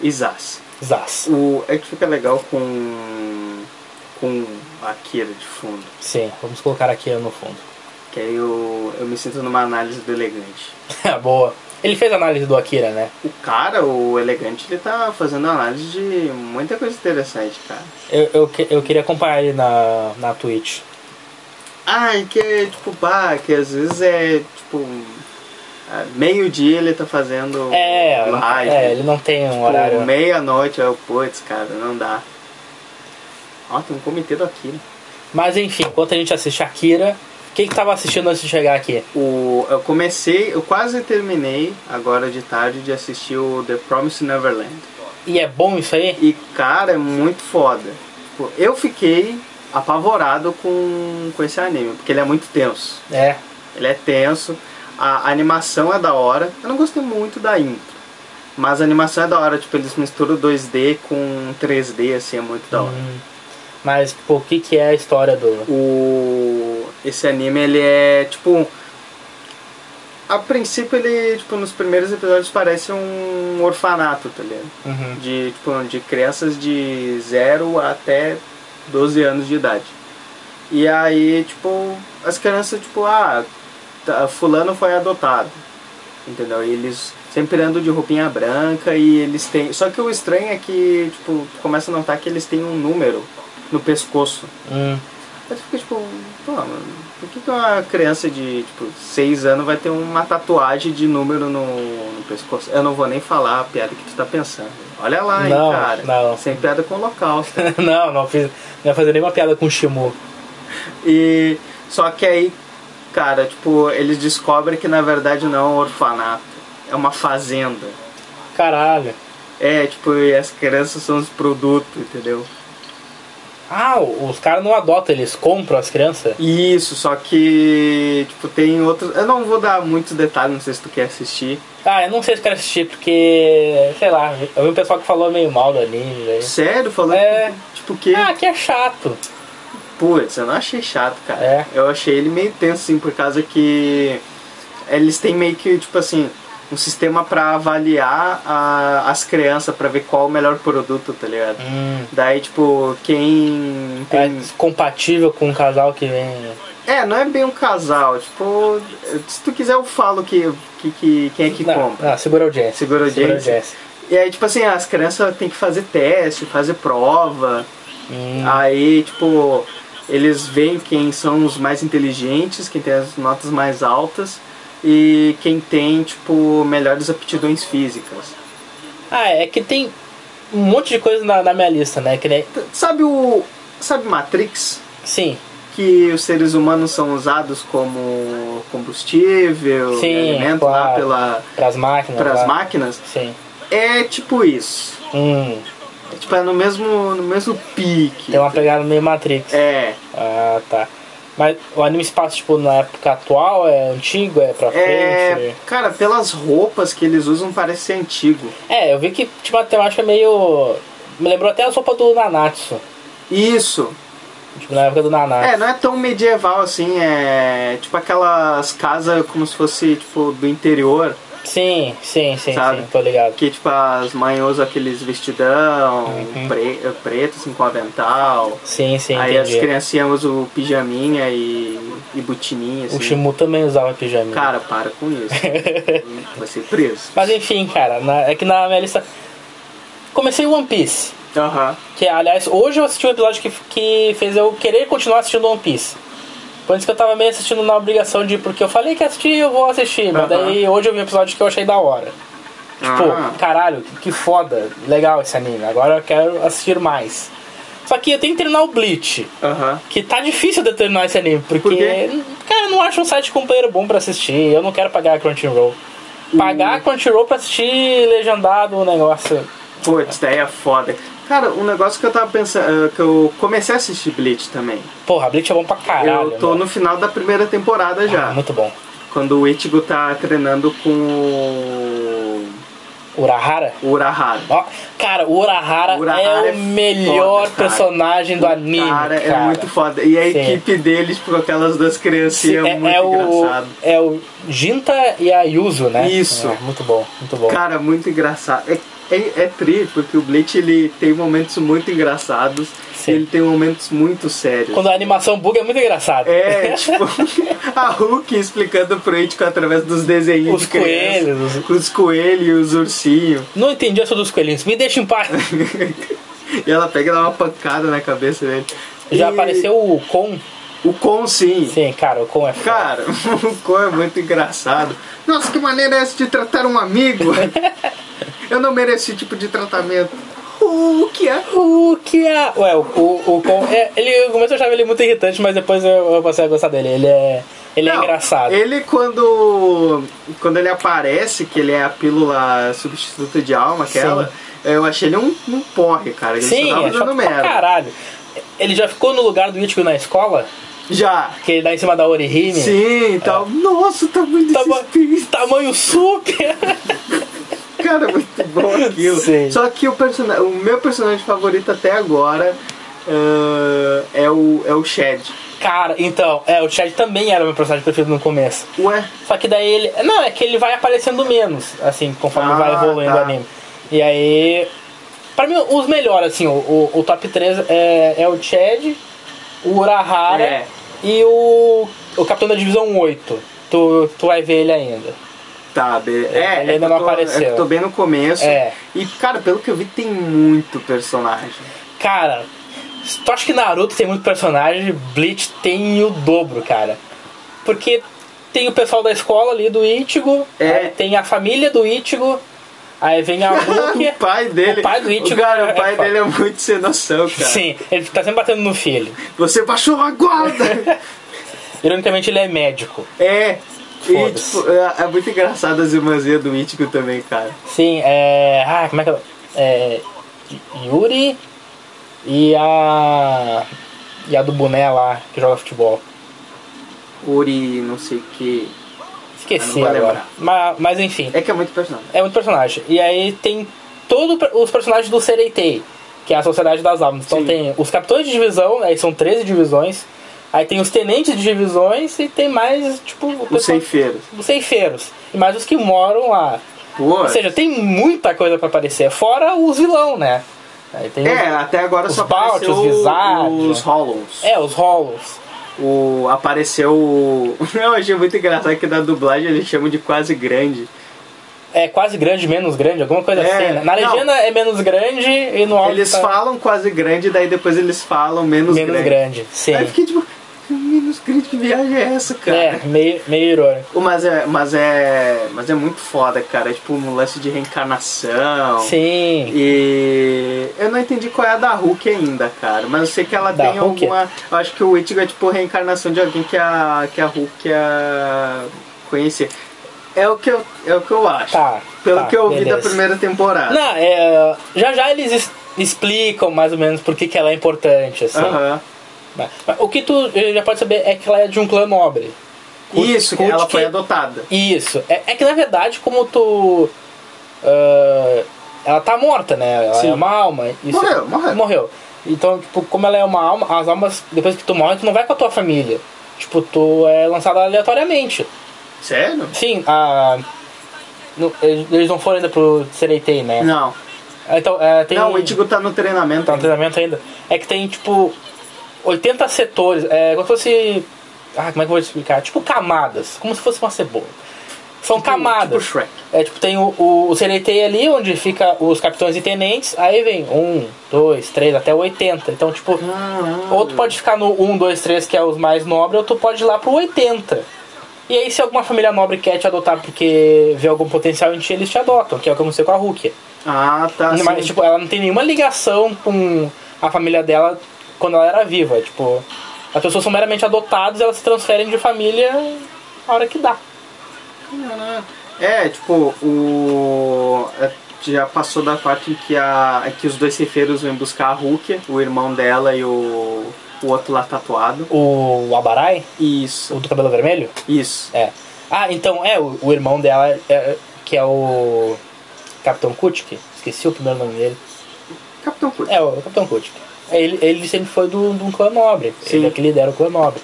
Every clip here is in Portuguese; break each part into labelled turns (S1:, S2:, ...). S1: e Zaz.
S2: Zaz.
S1: O, é que fica legal com, com a Kira de fundo.
S2: Sim, vamos colocar aqui no fundo.
S1: Que aí eu, eu me sinto numa análise do elegante.
S2: Boa. Ele fez análise do Akira, né?
S1: O cara, o elegante, ele tá fazendo análise de muita coisa interessante, cara.
S2: Eu, eu, que- eu queria acompanhar ele na, na Twitch.
S1: Ai, que é tipo, bah, que às vezes é tipo. ah, Meio-dia ele tá fazendo
S2: É,
S1: live.
S2: é, ele não tem um
S1: Tipo,
S2: horário.
S1: Meia-noite, aí eu, putz, cara, não dá. Ó, tem um comitê do Akira.
S2: Mas enfim, enquanto a gente assiste Akira, quem que tava assistindo antes de chegar aqui?
S1: O, eu comecei, eu quase terminei agora de tarde de assistir o The Promised Neverland.
S2: E é bom isso aí?
S1: E cara, é muito foda. Tipo, Eu fiquei apavorado com, com esse anime, porque ele é muito tenso.
S2: É.
S1: Ele é tenso, a animação é da hora. Eu não gostei muito da intro, mas a animação é da hora. Tipo, eles misturam 2D com 3D, assim, é muito da hora.
S2: Hum. Mas pô, o que, que é a história do.
S1: O, esse anime, ele é tipo. A princípio, ele, tipo, nos primeiros episódios parece um orfanato, tá ligado?
S2: Uhum.
S1: de, tipo, de crianças de 0 até 12 anos de idade. E aí, tipo, as crianças, tipo, ah, tá- fulano foi adotado. Entendeu? E eles sempre andam de roupinha branca e eles têm. Só que o estranho é que, tipo, tu começa a notar que eles têm um número no pescoço.
S2: Hum.
S1: Aí tu fica tipo, pô, mano, por que, que uma criança de, tipo, 6 anos vai ter uma tatuagem de número no, no pescoço? Eu não vou nem falar a piada que tu tá pensando. Olha lá, hein,
S2: Não,
S1: cara.
S2: não.
S1: Sem piada com o holocausto.
S2: não, não fiz. Não ia fazer nenhuma piada com o Shimu.
S1: e só que aí, cara, tipo, eles descobrem que na verdade não é um orfanato, é uma fazenda.
S2: Caralho.
S1: É, tipo, e as crianças são os produtos, entendeu?
S2: Ah, o- os caras não adotam, eles compram as crianças?
S1: Isso, só que, tipo, tem outros. Eu não vou dar muitos detalhes, não sei se tu quer assistir.
S2: Ah, eu não sei se eu quero assistir, porque. Sei lá, eu vi um pessoal que falou meio mal do anime. velho.
S1: Sério? Falando
S2: É.
S1: tipo que.
S2: Ah, que é chato.
S1: Putz, eu não achei chato, cara.
S2: É?
S1: Eu achei ele meio tenso, assim, por causa que eles têm meio que, tipo assim, um sistema pra avaliar a- as crianças, pra ver qual o melhor produto, tá ligado?
S2: Hum.
S1: Daí, tipo, quem
S2: É
S1: tem.
S2: compatível com um casal que vem.
S1: É, não é bem um casal, tipo, se tu quiser eu falo que, que, que- quem é que
S2: não,
S1: compra.
S2: não, segura a audiência.
S1: Segura a audiência. E aí, tipo assim, as crianças têm que fazer teste, fazer prova.
S2: Hum.
S1: Aí, tipo, eles veem quem são os mais inteligentes, quem tem as notas mais altas e quem tem, tipo, melhores aptidões físicas.
S2: Ah, é que tem um monte de coisa na, na minha lista, né? Que nem...
S1: T- Sabe o. Sabe Matrix?
S2: Sim,
S1: Que os seres humanos são usados como combustível,
S2: Sim,
S1: alimento lá
S2: claro.
S1: pela,
S2: pras máquinas.
S1: pras
S2: lá.
S1: máquinas.
S2: Sim.
S1: É tipo isso.
S2: Hum,
S1: É, tipo, é no mesmo, no mesmo pique.
S2: tem uma pegada meio Matrix.
S1: É,
S2: Ah, tá. Mas o anime se passa, tipo, na época atual? É antigo? É pra
S1: é.
S2: frente?
S1: Cara, pelas roupas que eles usam parece ser antigo.
S2: É, eu vi que, tipo, a temática é meio... Me lembrou até a sopa do Nanatsu.
S1: Isso.
S2: Tipo, na época do Nanatsu.
S1: É, não é tão medieval assim, é tipo aquelas casas como se fosse tipo do interior,
S2: Sim, sim, sim,
S1: Sabe?
S2: sim, tô ligado.
S1: que tipo as mães usam aqueles vestidão
S2: Uhum.
S1: pre- eh, preto assim com avental.
S2: Sim, sim,
S1: Aí as
S2: entendi.
S1: criancinhas usam o pijaminha e, e botininha
S2: O
S1: assim.
S2: Shimu também usava pijama.
S1: Cara, para com isso. Vai ser preso.
S2: Mas enfim, cara, na- é que na minha lista... Comecei One Piece.
S1: Aham.
S2: Que, aliás, hoje eu assisti um episódio que, que fez eu querer continuar assistindo One Piece. Por isso que eu tava meio assistindo na obrigação de... Porque eu falei que ia assistir, eu vou assistir. Mas
S1: Aham.
S2: daí hoje eu vi um episódio que eu achei da hora. Tipo,
S1: Ah.
S2: caralho, que- que foda. Legal esse anime. Agora eu quero assistir mais. Só que eu tenho que terminar o Bleach.
S1: Aham.
S2: Que tá difícil de terminar esse anime. Porque,
S1: Por quê?
S2: cara, eu não acho um site companheiro bom pra assistir. Eu não quero pagar a Crunchyroll. Pagar
S1: Hum.
S2: a Crunchyroll pra assistir legendado o negócio...
S1: Putz, daí é foda. Cara, um negócio que eu tava pensando, eh, que eu comecei a assistir Bleach também.
S2: Porra, Bleach é bom pra caralho.
S1: eu tô
S2: né? Ah,
S1: no final da primeira Ah. temporada já.
S2: Muito bom.
S1: Quando o Ichigo tá treinando com o.
S2: Urahara?
S1: Urahara.
S2: Ó, cara, o Urahara,
S1: Urahara
S2: é
S1: é
S2: o melhor
S1: foda, cara.
S2: personagem do anime.
S1: Cara,
S2: Cara,
S1: é muito foda. E a
S2: Sim.
S1: equipe deles com aquelas duas
S2: Sim,
S1: criancinhas é,
S2: é,
S1: muito
S2: é o,
S1: engraçado.
S2: é o Jinta e a Yuzu, né?
S1: Isso.
S2: É, muito bom, muito bom.
S1: Cara, muito engraçado. É, é, é tri, porque o Bleach ele tem momentos muito engraçados
S2: Sim.
S1: e ele tem momentos muito sérios.
S2: Quando a animação buga é muito engraçado.
S1: É, tipo, a Hulk explicando pro Ítico através dos desenhos
S2: Os
S1: de criança.
S2: coelhos,
S1: Os coelhos e os ursinhos.
S2: Não entendi essa dos coelhinhos. Me deixa em paz.
S1: E ela pega e dá uma pancada na cabeça dele.
S2: Já
S1: E
S2: apareceu o Kon.
S1: O Con, sim.
S2: Sim, cara, o Kon é foda.
S1: Cara, o Con é muito engraçado. Nossa, que maneira é essa de tratar um amigo? Eu não mereço esse tipo de tratamento. O que é?
S2: O que é. Ué, o, o, o Kon. É, ele, no começo eu achava ele muito irritante, mas depois eu, eu passei a gostar dele. Ele é. Ele é
S1: Não,
S2: engraçado.
S1: Ele quando. Quando ele aparece, que ele é a pílula substituta de alma, aquela, eu achei ele um, um porre, cara. Ele
S2: Sim,
S1: só um
S2: é
S1: tava
S2: chato
S1: dando
S2: pra
S1: merda.
S2: caralho. Ele já ficou no lugar do Ichigo na escola,
S1: Já.
S2: que ele dá em cima da Orihime.
S1: Sim, então.
S2: É.
S1: Nossa, tá muito
S2: Tama-
S1: desespero.
S2: tamanho super!
S1: Cara, muito bom aquilo.
S2: Sim.
S1: Só que o, persona- o meu personagem favorito até agora ah, é, o, é o Shed.
S2: Cara, então, é, o Chad também era o meu personagem preferido no começo.
S1: Ué,
S2: Só que daí ele. Não, é que ele vai aparecendo menos, assim, conforme vai
S1: Ah,
S2: evoluindo
S1: tá.
S2: o anime. E aí. Pra mim, os melhores, assim, o, o, o top 3 é, é o Chad, o Urahara
S1: É.
S2: e o. O Capitão da Divisão 8. Tu, tu vai ver ele ainda.
S1: tá, be... é,
S2: Ele
S1: é que
S2: ainda
S1: eu
S2: não
S1: tô-
S2: apareceu.
S1: É que eu tô bem no começo.
S2: É.
S1: E, cara, pelo que eu vi, tem muito personagem.
S2: Cara, se tu acha que Naruto tem muito personagem, Bleach tem o dobro, cara. Porque tem o pessoal da escola ali do Ichigo,
S1: É.
S2: aí tem a família do Ichigo, aí vem a Hulk.
S1: o pai dele.
S2: O pai do Ichigo.
S1: Cara, o pai
S2: foda.
S1: dele é muito sem noção, cara.
S2: Sim, ele tá sempre batendo no filho.
S1: Você baixou a guarda!
S2: Ironicamente, ele é médico.
S1: é. E,
S2: Foda-se.
S1: tipo, é, é muito engraçado as irmãzinhas do Ítico também, cara.
S2: Sim, é. Ah, como é que é? é Yuri e a. E a do boné lá, que joga futebol.
S1: Ori, não sei o que.
S2: Esqueci
S1: Ah, Não vou
S2: agora.
S1: lembrar.
S2: Mas, mas enfim.
S1: É que é muito personagem.
S2: É muito personagem. E aí tem todos os personagens do Sereitei, que é a Sociedade das Almas. Então
S1: Sim.
S2: tem os capitães de divisão, aí são 13 divisões. Aí tem os tenentes de divisões e tem mais, tipo, o
S1: Os
S2: pessoal-
S1: ceifeiros.
S2: os ceifeiros. E mais os que moram lá.
S1: Pô,
S2: Ou seja, tem muita coisa pra aparecer, fora os vilão, né? Aí tem
S1: É, até agora
S2: Os
S1: só
S2: Balti,
S1: apareceu
S2: os Visage.
S1: os Hollows.
S2: os, é, os Hollows.
S1: O, apareceu o... Eu achei muito engraçado que na dublagem eles chamam de quase grande.
S2: É quase grande, menos grande, alguma coisa
S1: É,
S2: assim. Né? Na
S1: não.
S2: legenda é menos grande e no áudio
S1: Eles
S2: tá
S1: falam quase grande, daí depois eles falam menos,
S2: menos grande.
S1: grande.
S2: Sim.
S1: Aí eu fiquei tipo, menos grande, que viagem é essa, cara?
S2: É, meio, meio irônico.
S1: Ô, Mas é, mas é, mas é muito foda, cara. É Tipo, um lance de reencarnação.
S2: Sim.
S1: E eu não entendi qual é a da Hulk ainda, cara. Mas eu sei que ela
S2: Da
S1: tem
S2: Hulk?
S1: alguma. Eu acho que o Ichigo é tipo a reencarnação de alguém que a, que a Hulk a... conhecia. É o que eu, é o que eu acho.
S2: Tá,
S1: Pelo
S2: tá,
S1: que eu vi
S2: beleza.
S1: da primeira temporada.
S2: Não, é, já já eles es- explicam mais ou menos por que, que ela é importante, assim.
S1: Aham.
S2: Mas- mas O que tu eh, já pode saber é que ela é de um clã nobre. Cult-
S1: Isso, que
S2: cult
S1: ela foi
S2: que-
S1: adotada.
S2: Isso. É, é que na verdade, como tu. ah, ela tá morta, né? Ela
S1: Sim.
S2: é uma alma. Isso-
S1: Morreu, morreu.
S2: Então, tipo, como ela é uma alma, as almas, depois que tu morre, tu não vai com a tua família. Tipo, tu é lançada aleatoriamente.
S1: Sério?
S2: Sim, a. não- eles eles não foram ainda pro Sereitei, né?
S1: Não.
S2: Então, é, tem
S1: Não, o Ichigo tá no treinamento.
S2: tá no treinamento ainda. É que tem, tipo, 80 setores. É como se fosse. Ah, como é que eu vou te explicar? Tipo camadas. Como se fosse uma cebola. São
S1: Tipo
S2: camadas.
S1: Shrek.
S2: É tipo, tem o, o, o CNT ali, onde fica os capitães e tenentes. Aí vem um, dois, três, até 80. Então, tipo,
S1: Hum. Caralho.
S2: ou tu pode ficar no 1, 2, 3, que é os mais nobres, ou tu pode ir lá pro 80. E aí, se alguma família nobre quer te adotar porque vê algum potencial em ti, eles te adotam, que é o que aconteceu com a Rukia.
S1: Ah, tá.
S2: Não, Mas,
S1: sim.
S2: tipo, ela não tem nenhuma ligação com a família dela quando ela era viva. Tipo, as pessoas são meramente adotadas e elas se transferem de família a hora que dá.
S1: É, tipo, o. é, Já passou da parte em que, a, em que os dois ceifeiros vêm buscar a Hulk, o irmão dela e o, o outro lá tatuado.
S2: O Abarai,
S1: Isso,
S2: o do cabelo vermelho?
S1: isso.
S2: É. Ah, então, é, o, o irmão dela, é, que é o Capitão Kutik, esqueci o primeiro nome dele.
S1: Capitão Curto.
S2: É, o Capitão Kutik. Ele, ele sempre foi do- de um clã nobre.
S1: Sim.
S2: Ele é que lidera o clã nobre.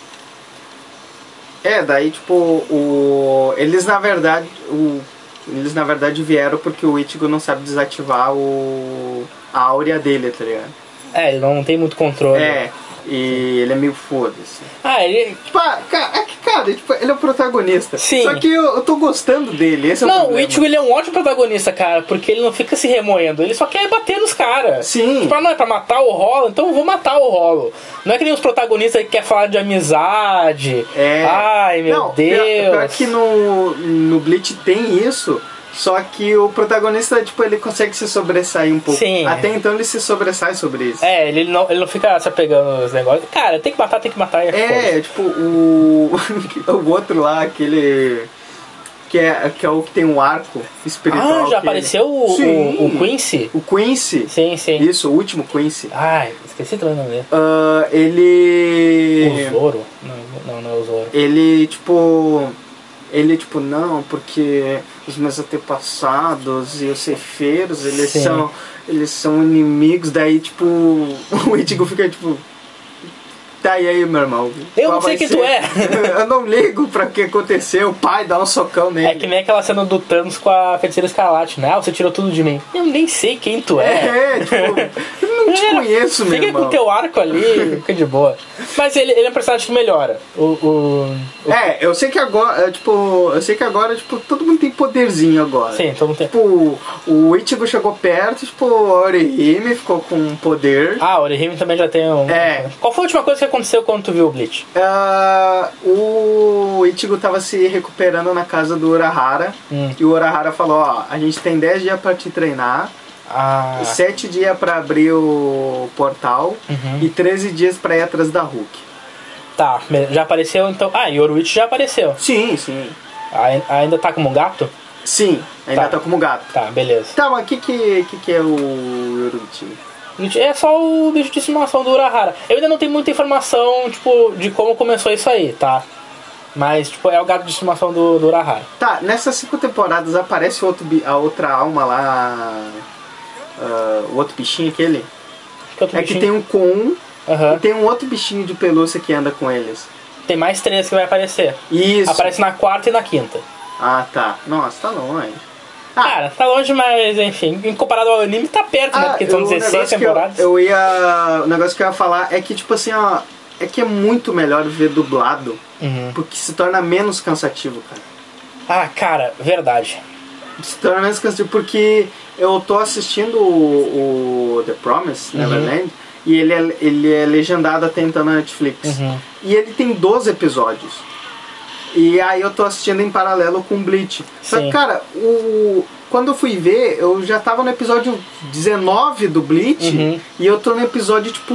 S1: É, daí tipo, o... eles na verdade. O... Eles na verdade vieram porque o Ichigo não sabe desativar o. a áurea dele, tá ligado?
S2: É, ele não tem muito controle.
S1: É. E ele é meio foda-se.
S2: Ah, ele.
S1: Tipo, ah, cara, é que, cara, tipo, ele é o protagonista.
S2: Sim.
S1: Só que eu, eu tô gostando dele. Esse é o
S2: não, o
S1: problema.
S2: Ichigo ele é um ótimo protagonista, cara, porque ele não fica se remoendo, ele só quer bater nos caras.
S1: Sim.
S2: Tipo, ah, não, é pra matar o Rolo, então eu vou matar o Rolo. Não é que nem os protagonistas que quer falar de amizade.
S1: É.
S2: Ai, meu
S1: não,
S2: Deus.
S1: Pior, pior que no, no Bleach tem isso, só que o protagonista, tipo, ele consegue se sobressair um pouco.
S2: Sim.
S1: Até então ele se sobressai sobre isso.
S2: É, ele não, ele não fica se apegando nos negócios. Cara, tem que matar, tem que matar. E foda-se.
S1: É, tipo, o. o outro lá, aquele. Que é, que é o que tem um arco espiritual.
S2: Ah, já
S1: que-
S2: apareceu o,
S1: tá Sim.
S2: o, o Quincy?
S1: O Quincy.
S2: Sim, sim.
S1: Isso, o último Quincy.
S2: Ai, esqueci também o nome dele.
S1: Ah, ele.
S2: O Zoro? Não, não, não é o Zoro.
S1: Ele, tipo. Ele, tipo, não, porque os meus antepassados e os cefeiros, eles
S2: Sim.
S1: são. Eles são inimigos, daí, tipo, o Ichigo fica, tipo. Tá e aí, meu irmão.
S2: Eu
S1: Qual
S2: não sei
S1: vai
S2: quem
S1: ser?
S2: tu é.
S1: Eu não ligo pra que aconteceu. O pai dá um socão nele.
S2: É que nem aquela cena do Thanos com a feiticeira escarlate, né? Ah, você tirou tudo de mim. Eu nem sei quem tu é.
S1: É, tipo, eu não te
S2: Cara,
S1: conheço, meu
S2: Fica
S1: irmão.
S2: com teu arco ali, fica de boa. Mas ele, ele é um personagem que melhora. O, o, o-
S1: É, eu sei que agora, é, tipo, eu sei que agora, tipo, todo mundo tem poderzinho agora.
S2: Sim, todo mundo tem.
S1: Tipo, o Ichigo chegou perto, tipo, a Orihime ficou com um poder.
S2: Ah, o Orihime também já tem um.
S1: É.
S2: Qual foi a última coisa que aconteceu quando tu viu o Bleach?
S1: Ah, o Ichigo tava se recuperando na casa do Urahara.
S2: Hum.
S1: E o Urahara falou, ó, a gente tem 10 dias pra te treinar,
S2: Ah.
S1: 7 dias pra abrir o portal
S2: Uhum.
S1: e 13 dias pra ir atrás da Hulk.
S2: Tá, já apareceu então. Ah, e Yoruichi já apareceu.
S1: Sim, sim.
S2: Ai- Ainda tá como um gato?
S1: Sim, ainda
S2: Tá.
S1: tá, como gato.
S2: Tá, beleza.
S1: Tá, mas o que, que, que, que é o Yoruchi?
S2: Yoruichi É só o bicho de estimação do Urahara. Eu ainda não tenho muita informação, tipo, de como começou isso aí, tá? Mas, tipo, é o gato de estimação do, do Urahara.
S1: Tá, nessas cinco temporadas aparece outro, bi- a outra alma lá. ah, o outro bichinho aquele?
S2: Que outro
S1: É que
S2: bichinho?
S1: tem um com
S2: Aham.
S1: e tem um outro bichinho de pelúcia que anda com eles.
S2: Tem mais três que vai aparecer.
S1: Isso.
S2: Aparece na quarta e na quinta.
S1: Ah, tá. Nossa, tá longe. Ah.
S2: Cara, tá longe, mas enfim, em comparado ao anime, tá perto, né? Porque são
S1: o
S2: 16
S1: negócio é que Ah, eu-
S2: temporadas.
S1: Eu, ia. O negócio que eu ia falar é que, tipo assim, ó. É que é muito melhor ver dublado.
S2: Uhum.
S1: Porque se torna menos cansativo, cara.
S2: Ah, cara, verdade.
S1: Se torna menos cansativo porque eu tô assistindo o, o The Promise,
S2: Uhum.
S1: Neverland, e ele é, ele é legendado até então na Netflix.
S2: Uhum.
S1: E ele tem 12 episódios. E aí eu tô assistindo em paralelo com Bleach. Só
S2: Sim.
S1: que, cara, o... quando eu fui ver, eu já tava no episódio 19 do Bleach
S2: Uhum.
S1: e eu tô no episódio, tipo,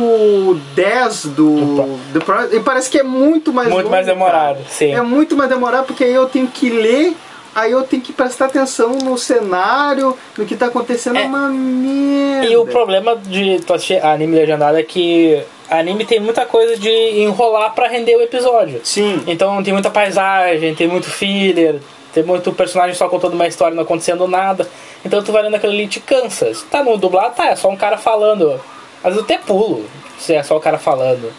S1: 10 do... The Promise. E parece que é muito mais
S2: Muito
S1: longo,
S2: mais demorado,
S1: cara.
S2: sim.
S1: É muito mais demorado porque aí eu tenho que ler, aí eu tenho que prestar atenção no cenário, no que tá acontecendo. É,
S2: É.
S1: uma merda.
S2: E o problema de tu assistir anime legendado é que anime tem muita coisa de enrolar pra render o episódio.
S1: Sim.
S2: Então tem muita paisagem, tem muito filler, tem muito personagem só contando uma história, não acontecendo nada. Então tu vai lendo aquilo ali e te cansa. Se tá no dublado, tá, é só um cara falando. Às vezes eu até pulo, se é só o cara falando.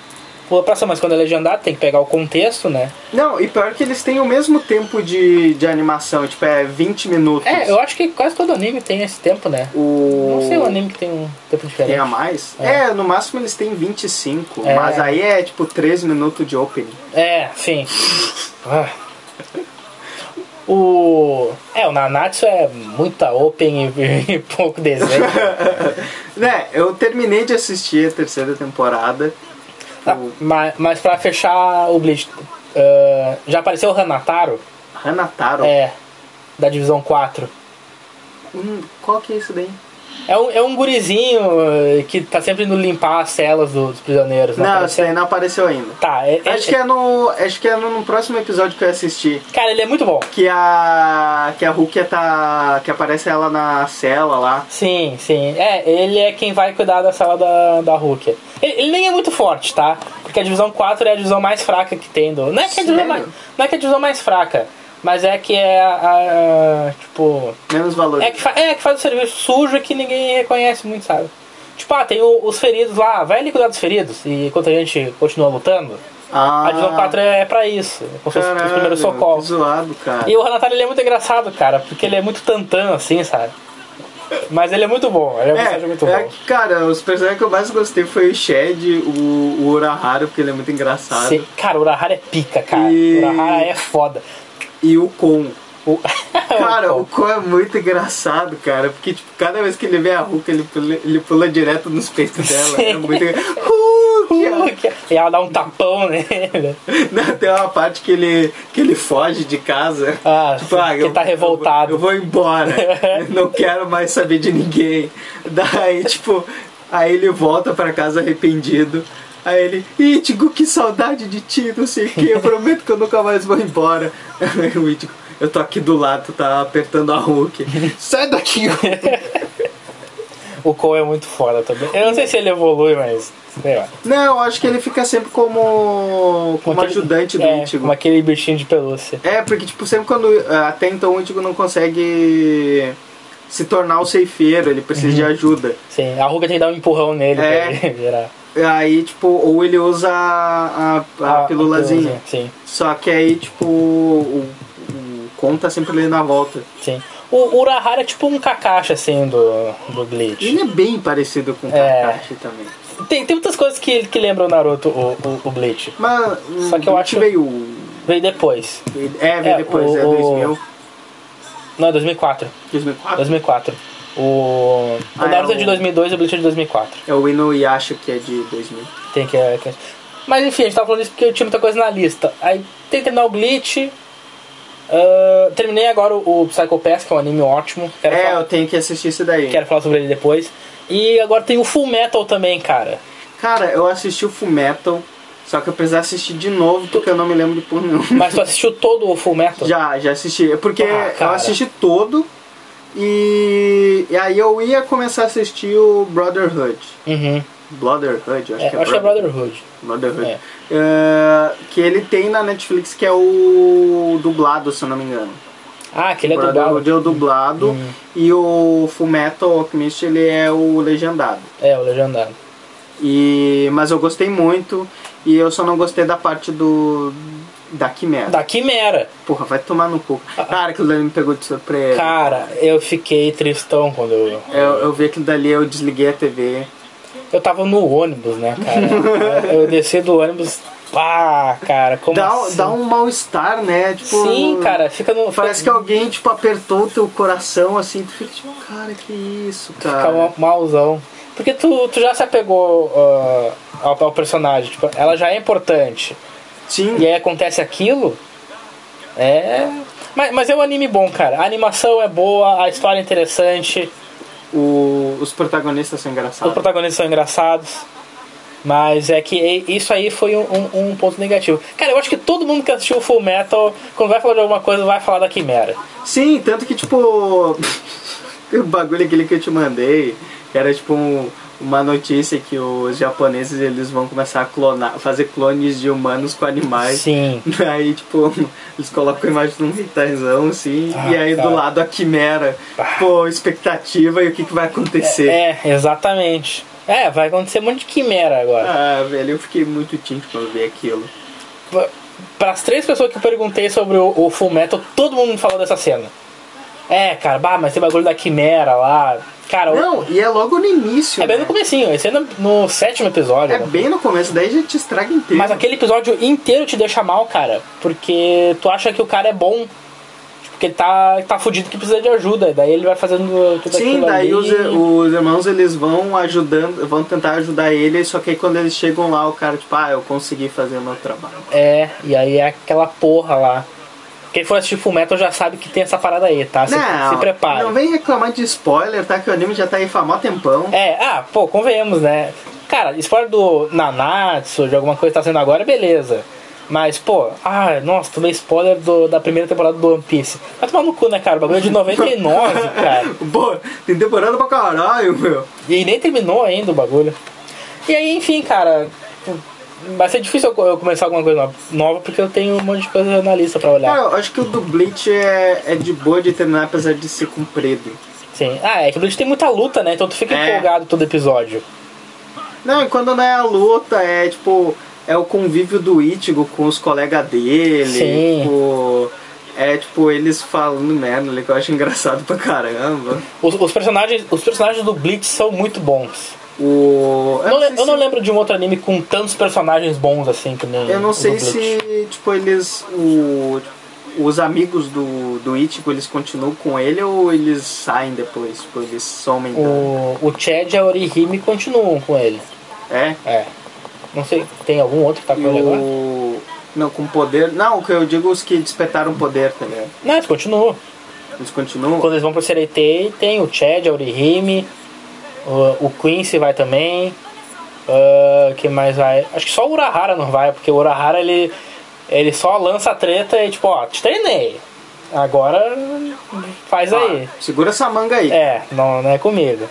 S2: Pula pra cima, mas quando é legendado tem que pegar o contexto, né?
S1: Não, e pior que eles têm o mesmo tempo de, de animação, tipo, é 20 minutos.
S2: É, eu acho que quase todo anime tem esse tempo, né?
S1: O...
S2: Não sei um anime que tem um tempo
S1: Tem a
S2: diferente.
S1: mais?
S2: É.
S1: É. no máximo eles têm 25,
S2: É.
S1: mas aí é tipo 3 minutos de opening.
S2: É, sim. Ah. O. É, o Nanatsu é muita open e, e pouco desenho.
S1: né, eu terminei de assistir a terceira temporada.
S2: Ah,
S1: O
S2: mas, mas pra fechar o Bleach, ah, já apareceu o Hanataro?
S1: Hanataro.
S2: É, da divisão 4.
S1: Hum, qual que é isso daí?
S2: É um, é um gurizinho ah, que tá sempre indo limpar as celas do- dos prisioneiros.
S1: Não, isso
S2: apareceu?
S1: daí não apareceu ainda.
S2: Tá, é, é-
S1: Acho que é no. Acho que é no, no próximo episódio que eu assisti.
S2: cara, ele é muito bom.
S1: Que a. Que a Rukia tá. Que aparece ela na cela lá.
S2: Sim, sim. É, ele é quem vai cuidar da sala da, da Hulk. Ele, ele nem é muito forte, tá? Porque a divisão 4 é a divisão mais fraca que tem do. Não é que é a divisão
S1: Sério?
S2: mais, não é que é a divisão mais fraca. Mas é que é a, a- tipo.
S1: Menos valor.
S2: É que, fa- é que faz o serviço sujo e que ninguém reconhece muito, sabe? Tipo, ah, tem o- os feridos lá, vai ali cuidar dos feridos e enquanto a gente continua lutando.
S1: Ah,
S2: A Divisão 4 é pra isso, é como se fosse os
S1: caralho,
S2: primeiros
S1: que
S2: socorros.
S1: zoado, cara.
S2: E o Hanatari ele é muito engraçado, cara, porque ele é muito tantã, assim, sabe? Mas ele é muito bom, ele é um personagem muito
S1: É, é,
S2: bom.
S1: cara, os personagens que eu mais gostei foi o Shed, o, o Urahara, porque ele é muito engraçado,
S2: Sim, cara, o Urahara é pica, cara.
S1: E-
S2: O Urahara é foda.
S1: e o Kon.
S2: O-
S1: Cara,
S2: o-
S1: o Kon é muito engraçado, cara, porque tipo, cada vez que ele vê a Hulk, ele pula, ele pula direto nos peitos dela. É
S2: Sim.
S1: muito Hulk!
S2: Hulk. E ela dá um tapão nele.
S1: Não, tem uma parte que ele, que ele foge de casa.
S2: Ah, que ele tá revoltado.
S1: Eu Tipo, vou, eu vou embora. Eu não quero mais saber de ninguém. Daí, tipo, aí ele volta pra casa arrependido. Aí ele, Ítigo, que saudade de ti, não sei o que, eu prometo que eu nunca mais vou embora. Aí o Ítigo, eu tô aqui do lado, tu tá apertando a Hulk. Sai daqui, Hulk.
S2: O Cole é muito foda também. Eu não sei se ele evolui, mas. Sei lá.
S1: Não, acho que ele fica sempre como, como
S2: aquele-
S1: ajudante do
S2: é,
S1: Ítigo.
S2: Como aquele bichinho de pelúcia.
S1: É, porque, tipo, sempre quando. Até então o Índigo não consegue se tornar o ceifeiro, ele precisa
S2: Uhum.
S1: de ajuda.
S2: Sim, a Ruga tem que dar um empurrão nele
S1: É.
S2: pra ele virar.
S1: Aí, tipo, ou ele usa a, a- a
S2: Ah,
S1: pilulazinha.
S2: Sim,
S1: Só que aí, tipo, o, o Kon tá sempre ali na volta.
S2: sim. O o Urahara é tipo um Kakashi, assim, do, do Bleach.
S1: Ele é bem parecido com o
S2: É.
S1: Kakashi também.
S2: Tem, tem muitas coisas que, que lembram o Naruto, o, o, o Bleach.
S1: Mas
S2: Só que eu
S1: hum,
S2: acho-
S1: veio.
S2: Veio depois.
S1: É, veio
S2: É,
S1: depois, é
S2: o-
S1: 2000,
S2: Não, é 2004.
S1: 2004.
S2: 2004. O, o
S1: Ah, é
S2: Naruto é de
S1: o-
S2: 2002 e o Bleach é de 2004.
S1: É o Inuyasha que é de 2000.
S2: Tem que, que- Mas enfim, a gente tava falando isso porque eu tinha muita coisa na lista. Aí tem que terminar o Bleach. ah, terminei agora o, o Psycho Pass, que é um anime ótimo. Quero,
S1: É,
S2: falar,
S1: eu tenho que assistir isso daí.
S2: quero falar sobre ele depois. E agora tem o Full Metal também, cara.
S1: Cara, eu assisti o Full Metal, só que eu precisava assistir de novo porque eu não me lembro de por nenhum.
S2: Mas tu assistiu todo o Full Metal?
S1: Já, já assisti. É Porque
S2: Ah,
S1: eu
S2: cara.
S1: assisti todo e, e aí eu ia começar a assistir o Brotherhood.
S2: Uhum.
S1: Brotherhood, eu acho
S2: É,
S1: que
S2: eu
S1: é,
S2: acho que é
S1: Brother-
S2: Brotherhood.
S1: Brotherhood.
S2: É.
S1: É, que ele tem na Netflix, que é o dublado, se eu não me engano.
S2: Ah, aquele é Hum. do Galo.
S1: Brotherhood é o dublado e o Fullmetal Alchemist, ele é o legendado.
S2: É, o Legendário.
S1: E, mas eu gostei muito e eu só não gostei da parte do. da Quimera.
S2: Da Quimera.
S1: Porra, vai tomar no cu. Cara, aquilo dali me pegou de surpresa.
S2: Cara, eu fiquei tristão quando eu.
S1: Eu, eu vi aquilo dali, eu desliguei a TV.
S2: Eu tava no ônibus, né, cara? eu, eu desci do ônibus. Pá, cara, como
S1: Dá,
S2: assim?
S1: dá um mal-estar, né? Tipo,
S2: Sim, cara, fica no.
S1: Parece que
S2: fica,
S1: alguém, tipo, apertou o teu coração, assim, tu fica tipo, cara, que isso,
S2: fica
S1: cara.
S2: ma- malzão. Porque tu, tu já se apegou ah, ao, ao personagem, tipo, ela já é importante. E
S1: Sim,
S2: aí acontece aquilo. É. Mas, mas é um anime bom, cara. A animação é boa, a história é interessante, é-
S1: o- os protagonistas são
S2: os
S1: engraçados.
S2: protagonistas são engraçados. Mas é que e- isso aí foi um, um- um ponto negativo. Cara, eu acho que todo mundo que assistiu o Full Metal, quando vai falar de alguma coisa, vai falar da Quimera.
S1: Sim, tanto que, tipo, o bagulho aquele que eu te mandei, que era, tipo, um- uma notícia que os japoneses, eles vão começar a clonar, fazer clones de humanos com animais.
S2: Sim.
S1: Aí, tipo, eles colocam a imagem de um retarzão, assim,
S2: Ah,
S1: e aí
S2: cara.
S1: do lado a quimera. Pô, expectativa e o que, que vai acontecer.
S2: É, exatamente. É, vai acontecer um monte de Quimera agora.
S1: Ah, velho, eu fiquei muito tinto quando vi aquilo.
S2: Para as três pessoas que eu perguntei sobre o, o Full Metal, todo mundo falou dessa cena. É, cara, bah, mas tem bagulho da Quimera lá. Cara, o-
S1: Não, e é logo no início.
S2: é bem
S1: né?
S2: no comecinho, esse é no, no sétimo episódio.
S1: É
S2: né?
S1: bem no começo, daí já te estraga inteiro.
S2: Mas aquele episódio inteiro te deixa mal, cara. Porque tu acha que o cara é bom. tipo, Porque ele tá, tá fudido que precisa de ajuda. Daí ele vai fazendo tudo
S1: Sim,
S2: aquilo
S1: daí
S2: ali.
S1: os, os irmãos eles vão ajudando, vão tentar ajudar ele, só que aí quando eles chegam lá, o cara, tipo, ah, eu consegui fazer meu trabalho.
S2: É, e aí é aquela porra lá. Quem for assistir Full Metal já sabe que tem essa parada aí, tá? Se,
S1: não,
S2: se prepara.
S1: não vem reclamar de spoiler, tá? Que o anime já tá aí faz mó tempão.
S2: É, ah, pô, convenhamos, né? Cara, spoiler do Nanatsu, de alguma coisa que tá sendo agora, beleza. Mas, pô, ah, nossa, tomei spoiler do- da primeira temporada do One Piece. Vai tomar no cu, né, cara? O bagulho é de 99, cara.
S1: Boa, tem temporada pra caralho, meu.
S2: E nem terminou ainda o bagulho. E aí, enfim, cara, Vai ser difícil eu eu começar alguma coisa nova, porque eu tenho um monte de coisa na lista pra olhar.
S1: Cara, eu acho que o do Bleach é, é de boa de terminar, apesar de ser comprido.
S2: Sim. Ah, é que o Bleach tem muita luta, né? Então tu fica
S1: É.
S2: empolgado todo episódio.
S1: Não, e quando não é a luta, é tipo. É o convívio do Ichigo com os colegas dele.
S2: Sim.
S1: Tipo, é tipo eles falando merda, ali, que eu acho engraçado pra caramba.
S2: Os, os personagens, os personagens do Bleach são muito bons.
S1: O.
S2: Eu não,
S1: sei
S2: le- eu
S1: se-
S2: não lembro de um outro anime com tantos personagens bons assim que nem.
S1: Eu
S2: o
S1: não sei
S2: do Bleach.
S1: se, tipo, eles. O, os amigos do, do Ichigo, eles continuam com ele ou eles saem depois? Tipo, eles somem. da-
S2: O, o Chad e a Orihime continuam com ele.
S1: É?
S2: É. Não sei, tem algum outro que tá com
S1: E
S2: ele agora?
S1: o. Não, com poder. Não, o que eu digo é os que despertaram poder, tá ligado?
S2: Não, eles continuam.
S1: Eles continuam.
S2: Quando eles vão pro CRT, tem o Chad, a Orihime, o, o Quincy vai também. Ah, quem mais vai? Acho que só o Urahara não vai, porque o Urahara ele, ele só lança a treta e tipo, ó, te treinei. Agora faz aí.
S1: Ah, segura essa manga aí.
S2: É, não, não é comigo.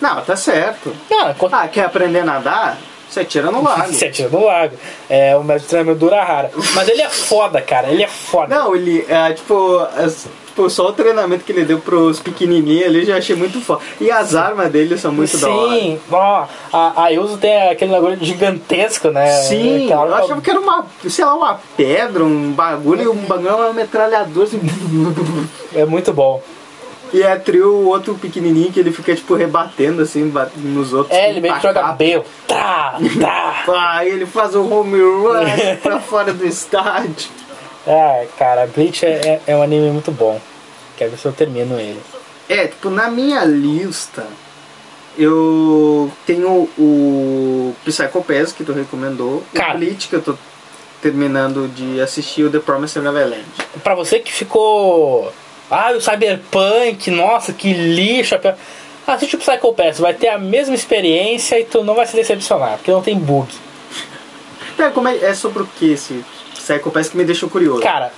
S1: Não, tá certo.
S2: Não, quando
S1: Ah, quer aprender a nadar? Você tira no lago.
S2: você atira no lago. É o mestre treinamento do Urahara. Mas ele é foda, cara, ele é foda.
S1: Não, ele. É, tipo. as- tipo, só o treinamento que ele deu pros pequenininhos ali eu já achei muito foda. E as armas dele são muito da hora.
S2: Sim, ó, a, a Yuzu tem aquele negócio gigantesco, né?
S1: Sim,
S2: Aquela-
S1: eu achava que era uma, sei lá, uma pedra, um bagulho, um bagulho, uma metralhadora. assim.
S2: É muito bom.
S1: E é trio o outro pequenininho que ele fica, tipo, rebatendo, assim, ba- nos outros.
S2: É,
S1: com
S2: ele meio que
S1: tacar.
S2: joga B. Tá, tá.
S1: Pá, ele faz um home run pra fora do estádio.
S2: É, cara, Bleach é, é- é um anime muito bom. Quero ver se eu termino ele.
S1: É, tipo, na minha lista, eu tenho o Psycho Pass, que tu recomendou.
S2: Cara.
S1: O Bleach, que eu tô terminando de assistir, o The Promised Neverland.
S2: Pra você que ficou. Ah, o Cyberpunk, nossa, que lixo. Assiste o Psycho Pass, vai ter a mesma experiência e tu não vai se decepcionar, porque não tem bug.
S1: Tá, como é, é sobre o que esse Psycho Pass que me deixou curioso?
S2: Cara,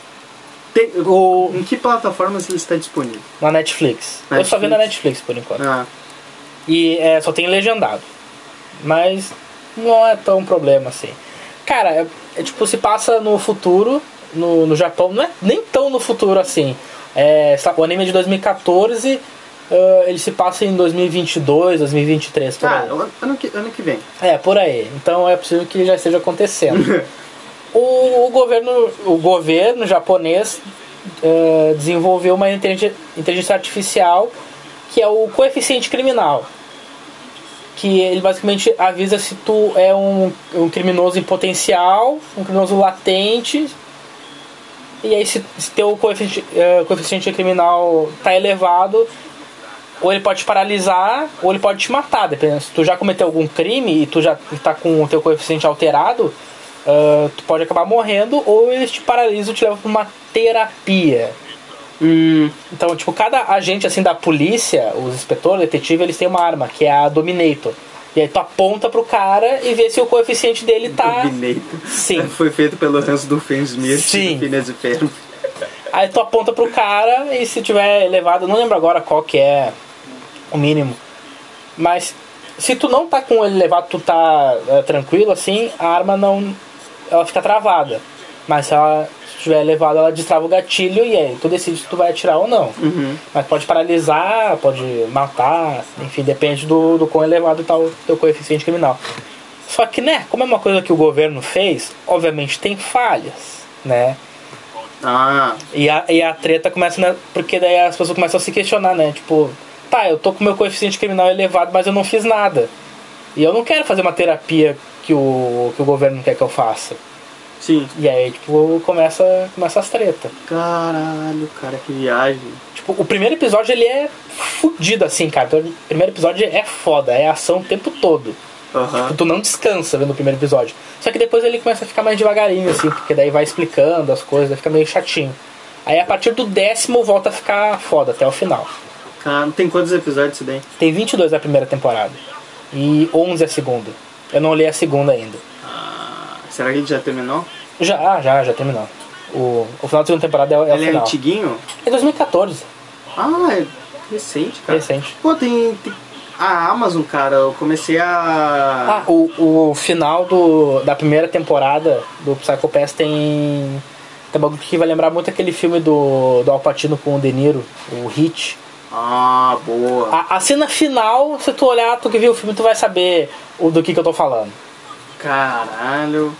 S1: Tem-
S2: o.
S1: Em que plataformas ele está é disponível?
S2: Na Netflix. Eu só vi
S1: Netflix.
S2: na Netflix por enquanto.
S1: Ah,
S2: E é, só tem legendado. Mas não é tão problema assim. Cara, é, é tipo, se passa no futuro, no, no Japão, não é nem tão no futuro assim. É, sa- o anime é de 2014, ah, ele se passa em 2022, 2023, por
S1: tá,
S2: aí.
S1: ano, ano que, ano que vem.
S2: É, por aí. Então é possível que já esteja acontecendo. o, o governo, o governo japonês eh, desenvolveu uma inteligência inteligência artificial que é o coeficiente criminal. Que ele basicamente avisa se tu é um, um criminoso em potencial, um criminoso latente. E aí se, se teu coeficiente, eh, coeficiente criminal tá elevado, ou ele pode te paralisar, ou ele pode te matar, dependendo. Se tu já cometeu algum crime e tu já tá com o teu coeficiente alterado, ah, tu pode acabar morrendo, ou eles te paralisam e te levam pra uma terapia.
S1: Hum,
S2: Então, tipo, cada agente assim da polícia, os inspetores, detetive, eles têm uma arma, que é a Dominator. E aí tu aponta pro cara e vê se o coeficiente dele tá.
S1: Terminator.
S2: Sim.
S1: Foi feito pelo Hans do Finn Smith
S2: Sim.
S1: do Phineas e Ferb.
S2: Aí tu aponta pro cara e se tiver elevado, eu não lembro agora qual que é o mínimo. Mas se tu não tá com ele elevado, tu tá é, tranquilo assim, a arma não. Ela fica travada. Mas se ela estiver elevada, ela destrava o gatilho e aí tu decide se tu vai atirar ou não.
S1: Uhum.
S2: Mas pode paralisar, pode matar, enfim, depende do, do quão elevado tá o teu coeficiente criminal. Só que, né, como é uma coisa que o governo fez, obviamente tem falhas, né?
S1: Ah,
S2: E a, e a treta começa, né? Porque daí as pessoas começam a se questionar, né? Tipo, tá, eu tô com meu coeficiente criminal elevado, mas eu não fiz nada. E eu não quero fazer uma terapia que o, que o governo quer que eu faça.
S1: sim.
S2: E aí, tipo, começa, começa as tretas.
S1: Caralho, cara, que viagem.
S2: Tipo, o primeiro episódio ele é fudido assim, cara. Então, O primeiro episódio é foda, é ação o tempo todo. Tipo,
S1: Aham.
S2: Tu não descansa vendo o primeiro episódio. Só que depois ele começa a ficar mais devagarinho, assim, porque daí vai explicando as coisas, daí fica meio chatinho. Aí a partir do décimo volta a ficar foda até o final.
S1: Cara, tem quantos episódios isso daí?
S2: Tem 22 da primeira temporada e 11 a segunda. Eu não olhei a segunda ainda.
S1: Será que ele já terminou?
S2: Já, ah, já, já terminou. O, o final da segunda temporada é, o- é o
S1: ele é
S2: final.
S1: antiguinho?
S2: É 2014,
S1: Ah, é recente, cara.
S2: recente.
S1: Pô, tem, tem- A Amazon, cara, eu comecei a.
S2: Ah, o, o final do, da primeira temporada do Psycho Pass tem. Tem um bagulho que vai lembrar muito aquele filme do, do Al Pacino com o De Niro, o Hit.
S1: Ah, boa.
S2: A, a cena final, se tu olhar, tu que viu o filme, tu vai saber o, do que, que eu tô falando.
S1: Caralho.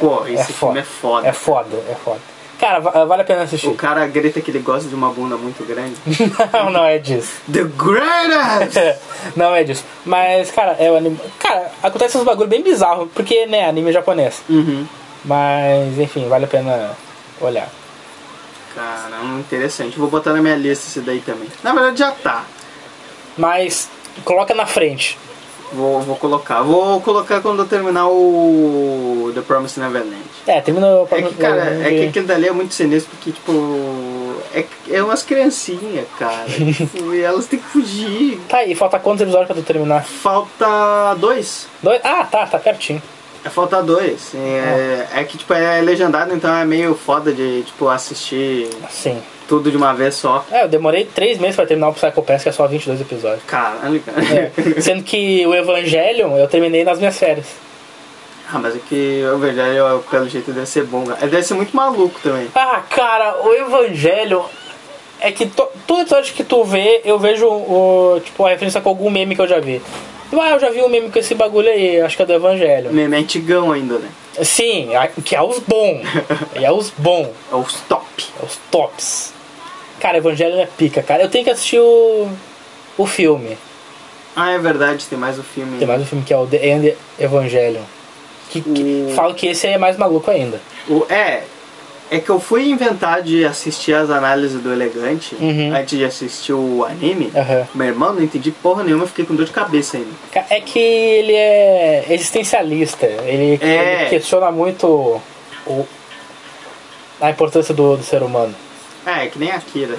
S1: Pô, esse filme é foda.
S2: É foda, é foda. Cara, va- vale a pena assistir.
S1: O cara grita que ele gosta de uma bunda muito grande.
S2: não, não é disso.
S1: The Greatest!
S2: não é disso. Mas, cara, é o anime. Cara, acontece uns bagulho bem bizarro, porque, né, anime japonês.
S1: Uhum.
S2: Mas, enfim, vale a pena olhar.
S1: Caramba, interessante. Vou botar na minha lista esse daí também. Na verdade já tá.
S2: Mas, coloca na frente.
S1: Vou, vou colocar. Vou colocar quando eu terminar o The Promised Neverland.
S2: É, termina o
S1: É que, cara, é que aquilo dali é muito sinistro porque, tipo. É, que- é umas criancinhas, cara. Tipo, e elas têm que fugir.
S2: Tá aí, falta quantos episódios pra tu terminar?
S1: Falta dois.
S2: Dois? Ah, tá, tá pertinho.
S1: É falta dois. É,
S2: Ah.
S1: é que, tipo, é legendado, então é meio foda de, tipo, assistir
S2: Sim.
S1: tudo de uma vez só.
S2: É, eu demorei três meses pra terminar o Psycho Pass, que é só 22 episódios.
S1: Caralho, cara.
S2: É. Sendo que o Evangelion eu terminei nas minhas férias.
S1: ah, mas é que o Evangelho, pelo jeito, deve ser bom, cara. Deve ser muito maluco também.
S2: Ah, cara, o Evangelho é que to, todo episódio que tu vê, eu vejo o, tipo, a referência com algum meme que eu já vi. Eu, Ah, eu já vi um meme com esse bagulho aí, acho que é do Evangelho.
S1: Meme antigão ainda, né?
S2: Sim, a- que é os bons. é os bons,
S1: É os top.
S2: é os tops. Cara, Evangelho é pica, cara. Eu tenho que assistir o, o filme.
S1: Ah, é verdade, tem mais o filme.
S2: Tem mais um filme que é o The End Evangelion. Que, que
S1: O-
S2: falo que esse aí é mais maluco ainda.
S1: O- é, é que eu fui inventar de assistir as análises do Elegante
S2: Uhum.
S1: antes de assistir o anime.
S2: Aham.
S1: Meu irmão, não entendi porra nenhuma, fiquei com dor de cabeça ainda.
S2: Ca- É que ele é existencialista. Ele,
S1: É.
S2: ele questiona muito o- a importância do, do ser humano.
S1: É, que nem Akira.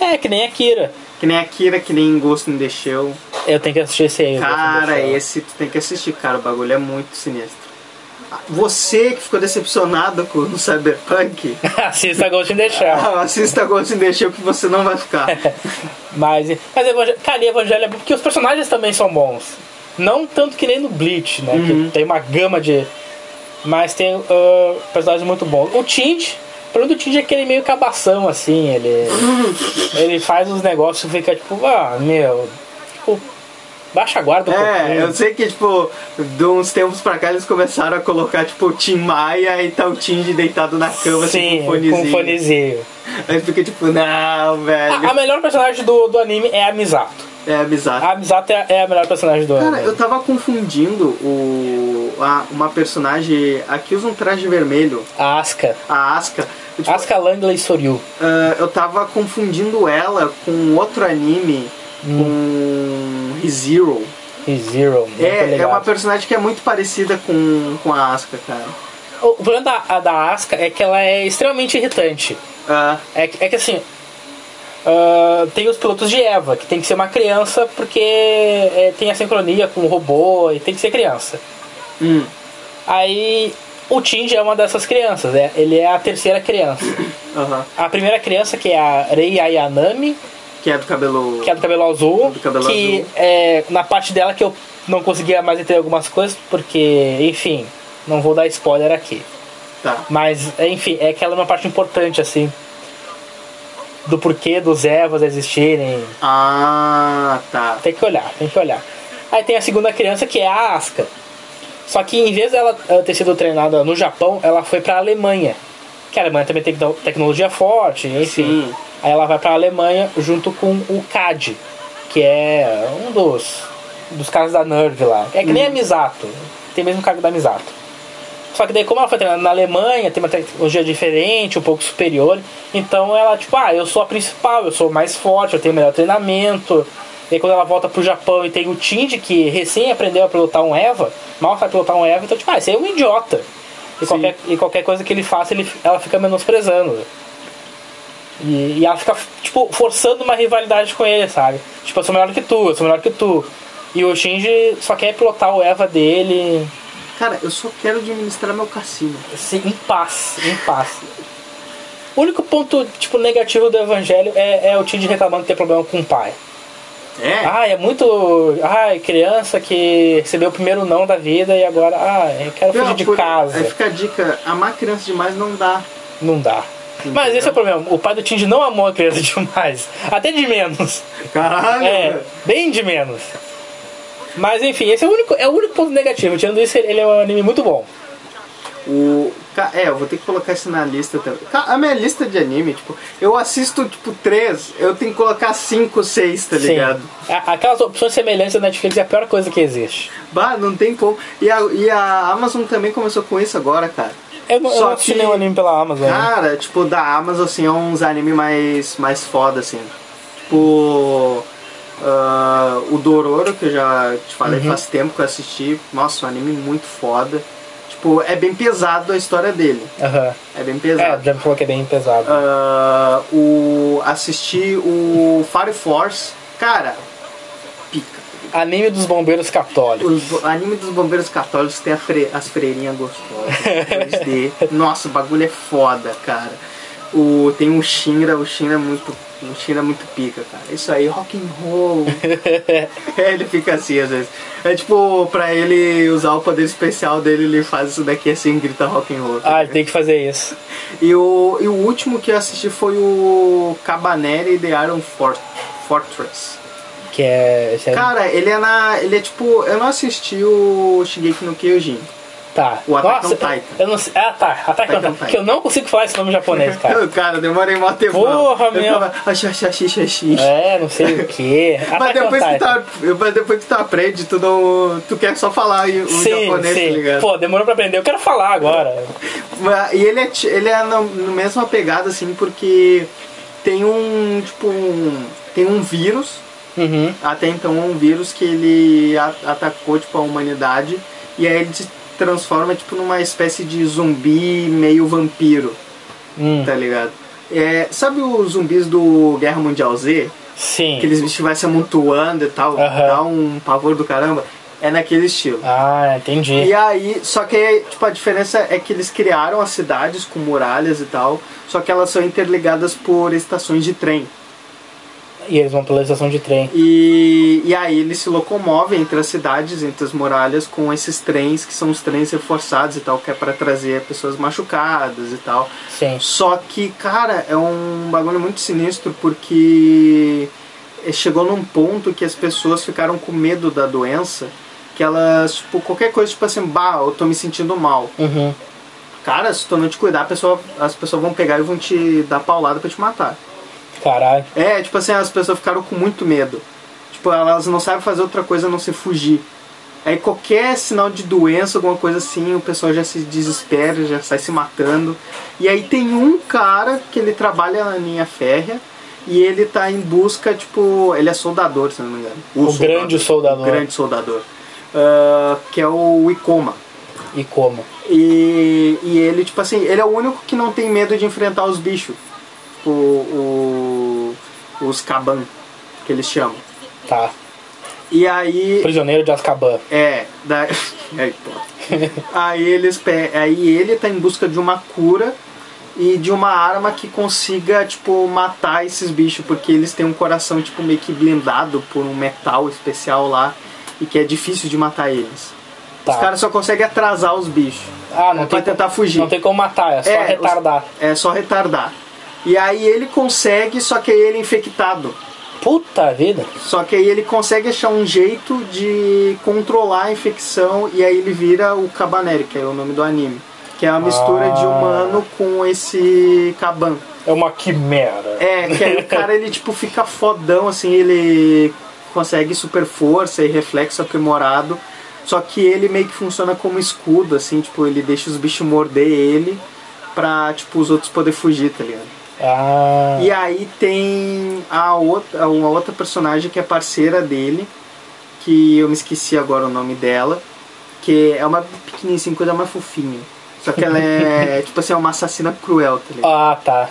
S2: É, que nem Akira.
S1: Que nem Akira, que nem Ghost in the Shell.
S2: Eu tenho que assistir esse aí. eu gosto
S1: Cara,
S2: desse.
S1: esse tu tem que assistir, cara. O bagulho é muito sinistro. Ah, Você que ficou decepcionado com o Cyberpunk,
S2: Assista Ghost in the Shell.
S1: assista Ghost in the Shell que você não vai ficar.
S2: Mas, mas Evangel- cara, e Evangelho é bom porque os personagens também são bons. Não tanto que nem no Bleach, né?
S1: Uhum.
S2: Que tem uma gama de. Mas tem ah, personagens muito bons. O Tinge, o problema do Tinge é que ele é meio cabação, assim. Ele, ele faz os negócios e fica tipo, ah, meu. Tipo, baixa a guarda um
S1: É,
S2: pouquinho.
S1: eu sei que, tipo, de uns tempos pra cá eles começaram a colocar, tipo, o Tim Maia e tal Tim de deitado na cama, assim,
S2: Sim,
S1: com um
S2: com
S1: fonezinho.
S2: um fonezinho.
S1: Aí fica tipo, não, velho.
S2: A, a melhor personagem do, do anime é a Misato.
S1: É bizarro.
S2: A Misato é, é a melhor personagem do
S1: Cara,
S2: anime.
S1: eu tava confundindo o. a- uma personagem. Aqui usa um traje vermelho,
S2: A Asuka.
S1: a Asuka. Eu, tipo,
S2: Asuka Langley Soryu.
S1: ah, eu tava confundindo ela com um outro anime, com ReZero.
S2: E Zero. não Hum. tô
S1: É, é
S2: ligado.
S1: uma personagem que é muito parecida com, com a Asuka, cara.
S2: O o problema da, a da Asuka é que ela é extremamente irritante.
S1: Ah,
S2: É, que- é que assim. ah, tem os pilotos de Eva, que tem que ser uma criança porque é, tem a sincronia com o robô e tem que ser criança.
S1: hum.
S2: Aí o Tinge é uma dessas crianças, né? ele é a terceira criança.
S1: Aham.
S2: A primeira criança, que é a Rei Ayanami,
S1: Que é do cabelo.
S2: que é do cabelo azul,
S1: Do cabelo
S2: que
S1: azul.
S2: é na parte dela que eu não conseguia mais entender algumas coisas, porque, enfim, não vou dar spoiler aqui.
S1: Tá.
S2: Mas, enfim, é que ela é uma parte importante, assim. Do porquê dos Evas existirem.
S1: Ah, tá.
S2: Tem que olhar, tem que olhar. Aí tem a segunda criança, que é a Asuka. Só que em vez dela eh, ter sido treinada no Japão, ela foi pra Alemanha. Que a Alemanha também tem tec- tecnologia forte, enfim.
S1: Sim.
S2: Aí ela vai pra Alemanha junto com o CAD, que é um dos, dos caras da NERV lá. É que nem a Misato, tem mesmo cargo da Misato. Só que daí, como ela foi treinada na Alemanha, tem uma tecnologia diferente, um pouco superior, então ela, tipo, ah, eu sou a principal, eu sou mais forte, eu tenho melhor treinamento. E aí, quando ela volta pro Japão e tem o Tindy, que recém aprendeu a pilotar um Eva, mal sabe pilotar um Eva, então, tipo, ah, esse aí é um idiota. E
S1: Sim.
S2: qualquer, e qualquer coisa que ele faça, ele, ela fica menosprezando. E, e ela fica, tipo, forçando uma rivalidade com ele, sabe? Tipo, eu sou melhor que tu, eu sou melhor que tu. E o Shinji só quer pilotar o Eva dele
S1: Cara, eu só quero administrar meu cassino.
S2: Sim, em paz, em paz. O único ponto, tipo, negativo do evangelho é, é o Tid reclamando de ter problema com o pai.
S1: É?
S2: Ah, é muito. Ai, criança que recebeu o primeiro não da vida e agora. Ah, eu quero fugir de
S1: por- é
S2: casa.
S1: Aí fica a dica, amar criança demais não dá.
S2: Não dá. Mas esse é o problema. O pai do Tindy não amou a criança demais. Até de menos.
S1: Caralho!
S2: É,
S1: velho.
S2: bem de menos. Mas enfim, esse é o único, é o único ponto negativo. Tirando isso, ele é um anime muito bom.
S1: O, ca- é, eu vou ter que colocar isso na lista também. Ca- A minha lista de anime, tipo, eu assisto, tipo, três, eu tenho que colocar cinco, seis, tá ligado?
S2: Sim. A- Aquelas opções semelhantes da Netflix é a pior coisa que existe.
S1: Bah, não tem como. E a, e a Amazon também começou com isso agora, cara.
S2: Eu, não- eu
S1: Só
S2: não assisti
S1: que-
S2: nenhum anime pela Amazon. né?
S1: Cara, tipo, da Amazon, assim, é uns anime mais, mais foda, assim. Tipo, ah, o Dororo, que eu já te falei
S2: Uhum.
S1: faz tempo que eu assisti. Nossa, um anime muito foda. Tipo, é bem pesado a história dele.
S2: Aham.
S1: É bem
S2: É,
S1: pesado.
S2: já me falou que é bem pesado.
S1: Ah, o, assisti o Fire Force. Cara, pica.
S2: Anime dos bombeiros católicos.
S1: Os bo- anime dos bombeiros católicos tem a fre- as freirinhas gostosas. 2D. Nossa, o bagulho é foda, cara. O, tem o Shinra, o Shinra é muito. O Shinra é muito pica, cara. Isso aí, rock and roll. É, ele fica assim às vezes. É tipo, pra ele usar o poder especial dele, ele faz isso daqui assim, grita rock and roll.
S2: Ah, ele tem que fazer isso.
S1: E o, e o último que eu assisti foi o Cabaneri The Iron Fort, Fortress.
S2: Que é. esse é-
S1: Cara, ele é na. Ele é tipo. Eu não assisti o Shigeki no Kyojin.
S2: tá.
S1: o Attack on
S2: Nossa,
S1: Titan.
S2: eu- Eu não sei. Ah, tá. Attack on
S1: Attack on
S2: Titan.
S1: Titan.
S2: Que eu não consigo falar esse nome japonês, cara.
S1: Eu, cara, demorei mó tempo.
S2: Tá. Porra,
S1: eu
S2: meu.
S1: ficava, "Axi, axi, axi, axi, axi".
S2: É, Ah, não sei o que.
S1: Mas
S2: Attack on
S1: depois, que tá
S2: Titan.
S1: tu, mas depois que tu aprende, tu, não, tu quer só falar o
S2: Sim,
S1: japonês,
S2: sim.
S1: tá ligado?
S2: Pô, demorou pra aprender. Eu quero falar agora.
S1: Mas- E ele é, ti- ele é na na mesma pegada, assim, porque tem um, tipo, um, tem um vírus
S2: Uhum.
S1: até então é um vírus que ele a- atacou tipo a humanidade e aí ele se transforma tipo numa espécie de zumbi meio vampiro,
S2: Hum.
S1: tá ligado? É, sabe os zumbis do Guerra Mundial Z?
S2: Sim.
S1: Aqueles bichos que vai se amontoando e tal,
S2: Aham.
S1: dá um pavor do caramba. É naquele estilo.
S2: Ah, entendi.
S1: E aí, só que tipo, a diferença é que eles criaram as cidades com muralhas e tal, só que elas são interligadas por estações de trem.
S2: E eles vão pela estação de trem.
S1: E, e aí eles se locomovem entre as cidades, entre as muralhas, com esses trens, que são os trens reforçados e tal, que é pra trazer pessoas machucadas e tal.
S2: Sim.
S1: Só que, cara, é um bagulho muito sinistro, porque eh, chegou num ponto que as pessoas ficaram com medo da doença, que elas, tipo, qualquer coisa, tipo assim, bah, eu tô me sentindo mal.
S2: Uhum.
S1: Cara, se tu não te cuidar, a pessoa, as pessoas vão pegar e vão te dar paulada pra te matar.
S2: Caralho.
S1: É, tipo assim, as pessoas ficaram com muito medo. Tipo, elas não sabem fazer outra coisa a não ser fugir. Aí qualquer sinal de doença, alguma coisa assim, o pessoal já se desespera, já sai se matando. E aí tem um cara que ele trabalha na linha férrea e ele tá em busca, tipo, ele é soldador, se não me engano.
S2: O grande soldador.
S1: O grande soldador. Ah, que é o Icoma.
S2: E como?
S1: E, e ele, tipo assim, ele é o único que não tem medo de enfrentar os bichos. Tipo, o, os caban, que eles chamam.
S2: Tá.
S1: E aí.
S2: Prisioneiro de Azkaban.
S1: É, da... Aí, pô. aí eles pe- aí ele tá em busca de uma cura e de uma arma que consiga, tipo, matar esses bichos, porque eles têm um coração, tipo, meio que blindado por um metal especial lá e que é difícil de matar eles. Os
S2: Tá.
S1: caras só conseguem atrasar os bichos.
S2: Ah, não
S1: pra
S2: tem
S1: tentar fugir.
S2: Não tem como matar, é só
S1: os-
S2: retardar.
S1: é só retardar. E aí ele consegue, só que aí ele é infectado.
S2: Puta vida.
S1: Só que aí ele consegue achar um jeito de controlar a infecção e aí ele vira o Cabaneri, que é o nome do anime. Que é uma mistura
S2: Ah.
S1: de humano com esse Caban.
S2: É uma quimera.
S1: É, que aí o cara ele tipo fica fodão, assim, ele consegue super força e reflexo aprimorado. Só que ele meio que funciona como escudo, assim, tipo, ele deixa os bichos morder ele pra, tipo, os outros poder fugir, tá ligado?
S2: Ah.
S1: E aí tem a outra, uma outra personagem que é parceira dele, que eu me esqueci agora o nome dela, que é uma pequenininha, assim, coisa mais fofinha. Só que ela é, tipo assim, é uma assassina cruel, tá ligado?
S2: Ah, tá.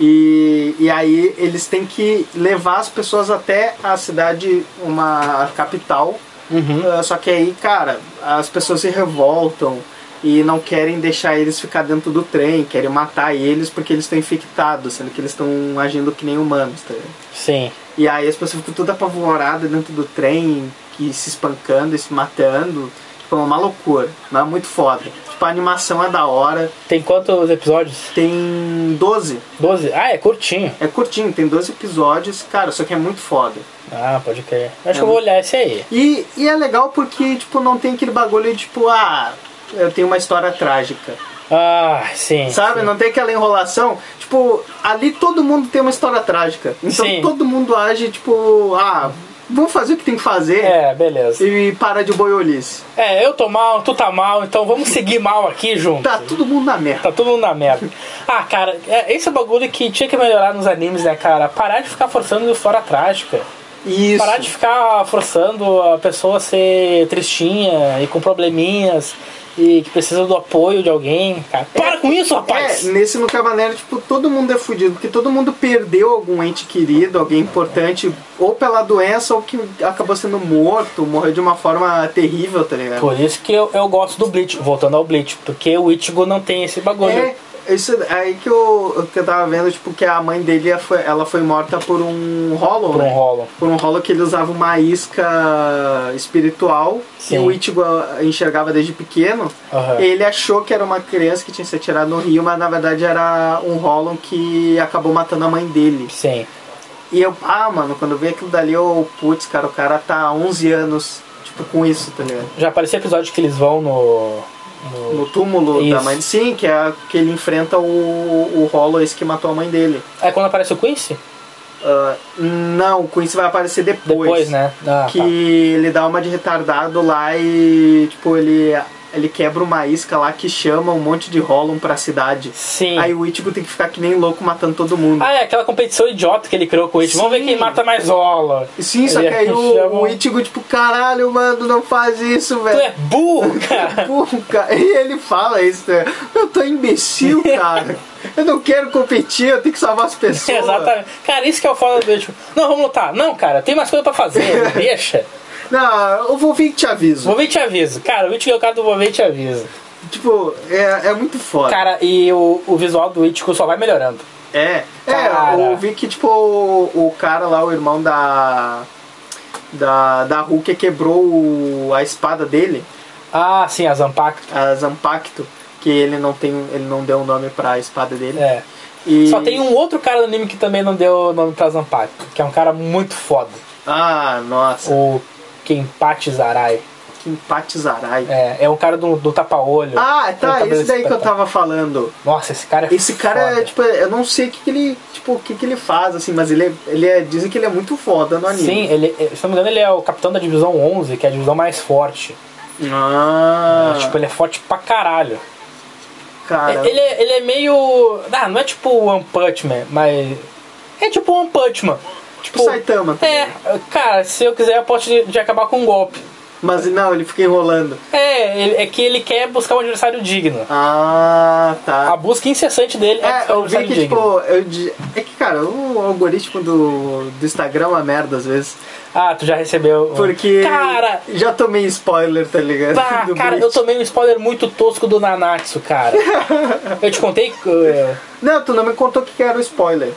S1: E, e aí eles têm que levar as pessoas até a cidade, uma a capital.
S2: Uhum.
S1: Ah, só que aí, cara, as pessoas se revoltam e não querem deixar eles ficar dentro do trem, querem matar eles porque eles estão infectados, sendo que eles estão agindo que nem humanos. Tá? ligado?
S2: Sim.
S1: E aí as pessoas ficam toda apavorada dentro do trem, e se espancando, e se matando. Tipo, é uma loucura, mas é muito foda. Tipo, a animação é da hora.
S2: Tem quantos episódios?
S1: Tem 12.
S2: 12? Ah, é curtinho.
S1: É curtinho, tem 12 episódios, cara, só que é muito foda.
S2: Ah, pode crer. Acho que eu vou
S1: É.
S2: olhar esse aí.
S1: E, e é legal porque, tipo, não tem aquele bagulho de, tipo, ah, eu tenho uma história trágica.
S2: Ah, sim.
S1: Sabe? né?
S2: sim.
S1: Não tem aquela enrolação. Tipo, ali todo mundo tem uma história trágica. Então
S2: Sim.
S1: todo mundo age, tipo, ah, vamos fazer o que tem que fazer
S2: É, beleza.
S1: e para de boiolice.
S2: É, eu tô mal, tu tá mal, então vamos seguir mal aqui junto.
S1: Tá todo mundo na merda.
S2: Tá todo mundo na merda. Ah, cara, é, esse é o bagulho que tinha que melhorar nos animes, né, cara? Parar de ficar forçando fora trágica.
S1: Isso.
S2: Parar de ficar forçando a pessoa a ser tristinha e com probleminhas e que precisa do apoio de alguém, cara. Para com isso, rapaz!
S1: É, nesse no Cavaleiro, tipo, todo mundo é fudido, porque todo mundo perdeu algum ente querido, alguém importante, ou pela doença, ou que acabou sendo morto, morreu de uma forma terrível, tá ligado?
S2: Por isso que eu, eu gosto do Bleach, voltando ao Bleach, porque o Ichigo não tem esse bagulho.
S1: É, isso aí que eu, que eu tava vendo, tipo, que a mãe dele ela foi, ela foi morta por um rolo,
S2: Por um
S1: né?
S2: rolo.
S1: Por um rolo que ele usava uma isca espiritual, que
S2: Sim.
S1: o Ichigo enxergava desde pequeno.
S2: Aham.
S1: Ele achou que era uma criança que tinha se atirado no rio, mas na verdade era um rolo que acabou matando a mãe dele.
S2: Sim.
S1: E eu, ah, mano, quando eu vi aquilo dali, eu, putz, cara, o cara tá há 11 anos, tipo, com isso, tá ligado?
S2: Já apareceu episódio que eles vão no. no-
S1: No túmulo da
S2: Isso.
S1: mãe. Sim, que é que ele enfrenta o, o Hollow, esse que matou a mãe dele.
S2: É quando aparece o Quincy?
S1: Ah, não, o Quincy vai aparecer depois.
S2: Depois, né? Ah,
S1: Que
S2: tá.
S1: ele dá uma de retardado lá e, tipo, ele, ele quebra uma isca lá que chama um monte de Hollow pra cidade.
S2: Sim.
S1: Aí o Ichigo tem que ficar que nem louco matando todo mundo.
S2: Ah, é aquela competição idiota que ele criou com o Ichigo. Vamos ver
S1: Sim.
S2: quem mata mais rola.
S1: Sim, só que
S2: Ele
S1: aí
S2: chama
S1: o,
S2: um-
S1: o Ichigo, tipo, caralho, mano, não faz isso,
S2: Tu
S1: velho.
S2: é burro, cara.
S1: Pô, cara, E ele fala isso, né? Eu tô imbecil, cara. Eu não quero competir, eu tenho que salvar as pessoas.
S2: Exatamente. Cara, isso que é o foda do Ichigo. Não, vamos lutar. Não, cara, tem mais coisa pra fazer. Deixa.
S1: Não, eu vou vir que te aviso.
S2: Vou ver e te aviso. Cara, o Ichigo é o cara do vou ver e te aviso.
S1: Tipo, é, é muito foda.
S2: Cara, e o, o visual do Ichigo só vai melhorando.
S1: é, é,
S2: Cara.
S1: eu vi que, tipo, o, o cara lá, o irmão da. Da, da Hulk quebrou o- a espada dele,
S2: Ah, sim, a Zampac.
S1: a Zampacto, que ele não tem. ele não deu o nome pra espada dele.
S2: É.
S1: E-
S2: Só tem um outro cara no anime que também não deu nome pra Zampac, que é um cara muito foda.
S1: Ah, nossa,
S2: O Kenpachi Zarai.
S1: que empate Zarai.
S2: É, é o cara do, do tapa-olho.
S1: Ah, tá,
S2: Com o
S1: esse daí que eu
S2: cabelo
S1: tava falando.
S2: Nossa, esse cara é
S1: Esse cara,
S2: foda.
S1: é, tipo, eu não sei o que, que ele. Tipo, o que, que ele faz, assim, mas ele é, ele é. Dizem que ele é muito foda no
S2: Sim,
S1: anime.
S2: ele, é- se não me engano, ele é o capitão da divisão 11, que é a divisão mais forte.
S1: Sim. Ah,
S2: Mas, tipo, ele é forte pra caralho.
S1: cara.
S2: Ele, é- ele é meio. Ah, não é tipo One Punch Man, mas. É tipo One Punch Man. Tipo,
S1: Saitama também.
S2: É, cara, se eu quiser, eu posso de, de acabar com um golpe.
S1: Mas não, ele fica enrolando.
S2: É, ele- é que ele quer buscar um adversário digno.
S1: Ah,
S2: A
S1: tá.
S2: busca incessante dele é,
S1: É,
S2: buscar um
S1: eu vi
S2: adversário
S1: que,
S2: digno.
S1: tipo, eu, di- é que, cara, o algoritmo do, do Instagram é uma merda às vezes.
S2: Ah, tu já recebeu. um-
S1: Porque.
S2: Cara!
S1: Já tomei spoiler, tá ligado?
S2: Bah,
S1: Do
S2: cara,
S1: Bleach.
S2: eu tomei um spoiler muito tosco do Nanatsu, cara. eu te contei. eh,
S1: Não, tu não me contou o que que era o spoiler.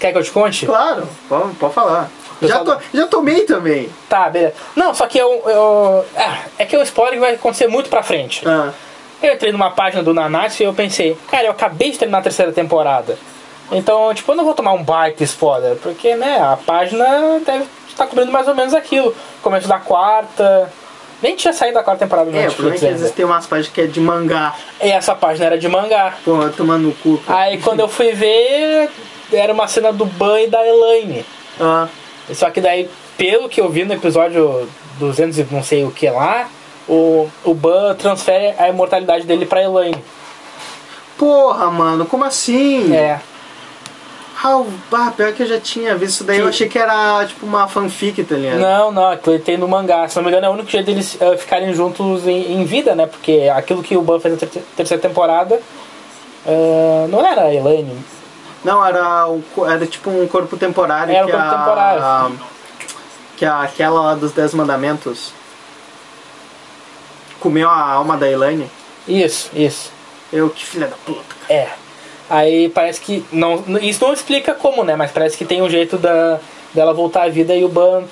S2: Quer que eu te conte?
S1: Claro, pode, pode falar.
S2: Eu
S1: Já,
S2: falo-
S1: to- já tomei também.
S2: Tá, beleza. Não, só que eu. eu- é, é que o spoiler vai acontecer muito pra frente.
S1: Ah,
S2: Eu entrei numa página do Nanatsu e eu pensei, cara, eu acabei de terminar a terceira temporada. Então, tipo, eu não vou tomar um baita spoiler, porque, né, a página deve estar cobrindo mais ou menos aquilo. Começo da quarta. Nem tinha saído da quarta temporada do
S1: é, o problema é
S2: Netflix
S1: que às
S2: ainda.
S1: vezes tem umas páginas que é de mangá.
S2: E essa página era de mangá.
S1: Pô, vai tomar no cu. cara.
S2: Aí quando eu fui ver, era uma cena do Ban e da Elaine.
S1: Ah,
S2: Só que daí, pelo que eu vi no episódio 200 e não sei o que lá, o, o Ban transfere a imortalidade dele pra Elaine.
S1: porra, mano, como assim?
S2: É.
S1: Ah, o- ah, pior que eu já tinha visto isso daí, eu
S2: Que-
S1: achei que era tipo uma fanfic, tá ligado?
S2: Não, não, aquilo tem no mangá. Se não me engano, é o único jeito deles eh, ficarem juntos em, em vida, né? Porque aquilo que o Ban fez na ter- terceira temporada eh, não era a Elaine.
S1: Não, era, o, co- era tipo um corpo temporário.
S2: Era um
S1: que
S2: corpo
S1: a,
S2: temporário.
S1: a- que a- aquela lá dos Dez Mandamentos comeu a alma da Elaine.
S2: Isso, isso.
S1: Eu, que filha da puta.
S2: É. Aí parece que. Não, isso não explica como, né? Mas parece que tem um jeito da, dela voltar à vida e o Ban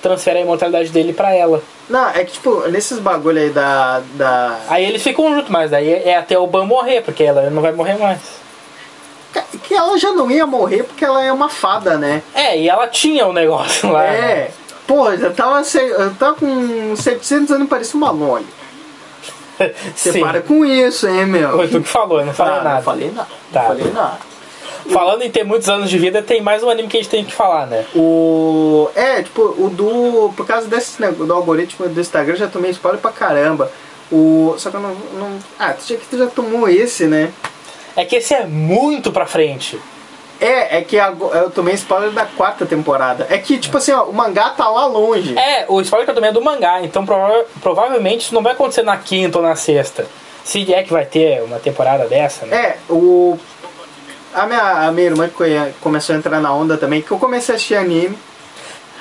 S2: transfere a imortalidade dele pra ela.
S1: Não, é que tipo, nesses bagulho aí da. da...
S2: Aí eles ficam juntos, mas daí é até o Ban morrer, porque ela não vai morrer mais.
S1: Que ela já não ia morrer porque ela é uma fada, né?
S2: É, e ela tinha o negócio lá. né?
S1: É. Pô, eu tava, se- eu tava com 700 anos e parecia uma Loli. Você
S2: Sim.
S1: para com isso, hein, meu?
S2: Foi tu que falou, eu não falei
S1: Ah,
S2: nada.
S1: Não falei nada.
S2: Tá.
S1: Não falei nada.
S2: Falando em ter muitos anos de vida, tem mais um anime que a gente tem que falar, né?
S1: O. É, tipo, o do. Por causa desse nego- do algoritmo do Instagram, eu já tomei spoiler pra caramba. O. Só que eu não. não... Ah, tu já que tu já tomou esse, né?
S2: É que esse é muito pra frente.
S1: É, é que ago- eu tomei spoiler da quarta temporada. É que, tipo assim, ó, o mangá tá lá longe.
S2: É, o spoiler que eu tomei é do mangá, então prova- provavelmente isso não vai acontecer na quinta ou na sexta. Se é que vai ter uma temporada dessa, né?
S1: É, o. A minha, a minha irmã conhe- começou a entrar na onda também, que eu comecei a assistir anime.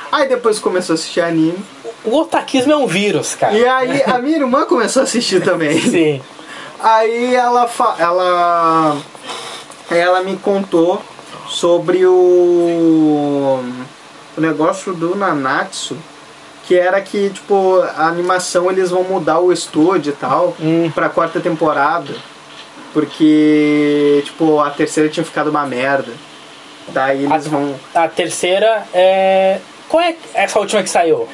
S1: Aí depois começou a assistir anime.
S2: O otakismo é um vírus, cara.
S1: E aí a minha irmã começou a assistir também.
S2: Sim.
S1: Aí ela fa- ela ela me contou sobre o o negócio do Nanatsu, que era que tipo a animação eles vão mudar o estúdio e tal
S2: Hum.
S1: pra quarta temporada, porque tipo a terceira tinha ficado uma merda. Daí eles vão
S2: A terceira é. Qual é essa última que saiu?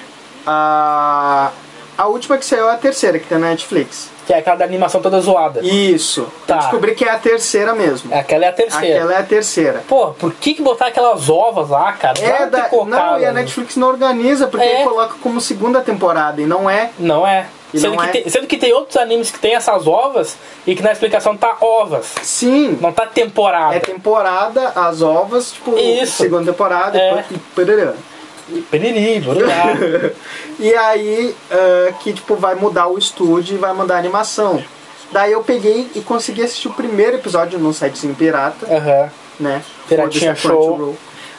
S1: a a última que saiu é a terceira que tá na Netflix.
S2: Que é aquela da animação toda zoada.
S1: Isso.
S2: Tá.
S1: Eu descobri que é a terceira mesmo.
S2: Aquela é a terceira.
S1: Aquela é a terceira.
S2: Pô, por que, que botar aquelas ovas lá, cara?
S1: É
S2: Vai né?
S1: da,
S2: te colocar, um-
S1: não, e a
S2: mano.
S1: Netflix não organiza, porque
S2: É.
S1: coloca como segunda temporada, e não é.
S2: Não é.
S1: E
S2: Sendo,
S1: não
S2: que
S1: é.
S2: Tem, sendo que tem outros animes que tem essas ovas e que na explicação tá ovas.
S1: Sim,
S2: Não tá temporada.
S1: é temporada, as ovas, tipo,
S2: Isso.
S1: segunda temporada,
S2: É.
S1: e parará.
S2: Piriri, bururá.
S1: E aí, ah, que tipo, vai mudar o estúdio e vai mudar a animação. Daí eu peguei e consegui assistir o primeiro episódio num sitezinho pirata,
S2: Aham.
S1: né?
S2: É. Piratinha
S1: Foda-se a
S2: show.
S1: Crunchyroll.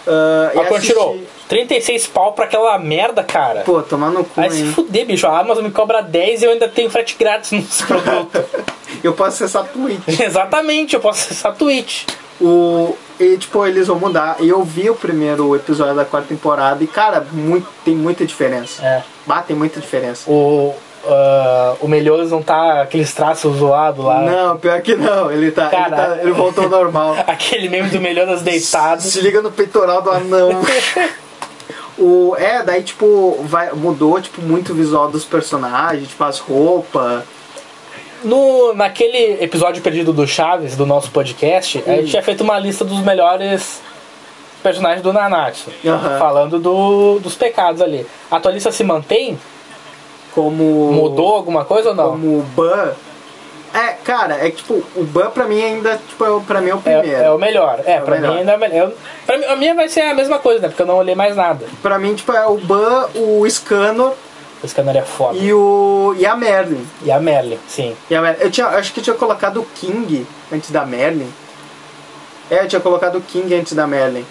S1: Ah, e
S2: Ó, Crunchyroll,
S1: assisti-
S2: 36 pau pra aquela merda, cara.
S1: Pô, tomar no cu,
S2: Vai se
S1: hein?
S2: fuder, bicho. A Amazon me cobra 10 e eu ainda tenho frete grátis nos produtos.
S1: Eu posso acessar Twitch.
S2: Exatamente, eu posso acessar a Twitch.
S1: O, e tipo, eles vão mudar. E eu vi o primeiro episódio da quarta temporada e, cara, muito, tem muita diferença.
S2: É.
S1: Batem muita diferença.
S2: O, ah, o Melhores não tá aqueles traços zoados lá.
S1: Não, pior que não. Ele tá. Ele,
S2: Ah. Cara.
S1: tá- ele voltou ao normal.
S2: Aquele meme do Melhores deitado.
S1: Se liga no peitoral do anão. o, é, daí, tipo, vai, mudou, tipo, muito o visual dos personagens, tipo, as roupas.
S2: No, naquele episódio perdido do Chaves, do nosso podcast, a gente tinha feito uma lista dos melhores personagens do Nanatsu.
S1: Aham.
S2: Falando do- dos pecados ali. A tua lista se mantém?
S1: Como.
S2: Mudou alguma coisa ou não?
S1: Como o Ban. É, cara, é que, tipo, o Ban pra mim ainda, tipo, é, o- pra mim é o
S2: É,
S1: primeiro.
S2: é o melhor. É, pra
S1: melhor.
S2: mim ainda é o melhor. Eu- Pra mim, a minha vai ser a mesma coisa, né? Porque eu não olhei mais nada.
S1: Pra mim, tipo, é o Ban, o Scanner
S2: Esse canal é foda. E,
S1: e o. e a Merlin.
S2: a Merlin, sim.
S1: E a Merlin. Eu tinha, eu acho que eu tinha colocado o King antes da Merlin. É, eu tinha colocado o King antes da Merlin.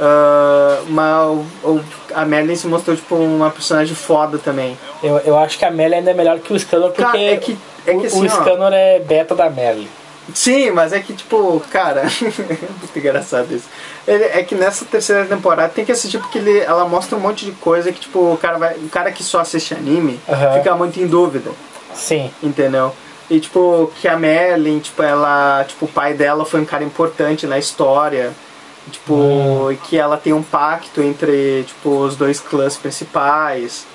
S1: Ah, mas o- o- a Merlin se mostrou tipo uma personagem foda também.
S2: Eu, eu acho que a Merlin ainda é melhor que o Scanner, porque
S1: Cara, é que- é que
S2: o-
S1: assim,
S2: o
S1: ó.
S2: Scanner é beta da Merlin.
S1: Sim, mas é que tipo, cara, muito engraçado isso. Ele- é que nessa terceira temporada tem que assistir porque ele, ela mostra um monte de coisa que tipo o cara vai, o cara que só assiste anime
S2: Aham.
S1: fica muito em dúvida.
S2: Sim.
S1: Entendeu? E tipo, que a Merlin, tipo, ela. Tipo, o pai dela foi um cara importante na história. Tipo, e que ela tem um pacto entre, tipo, os dois clãs principais.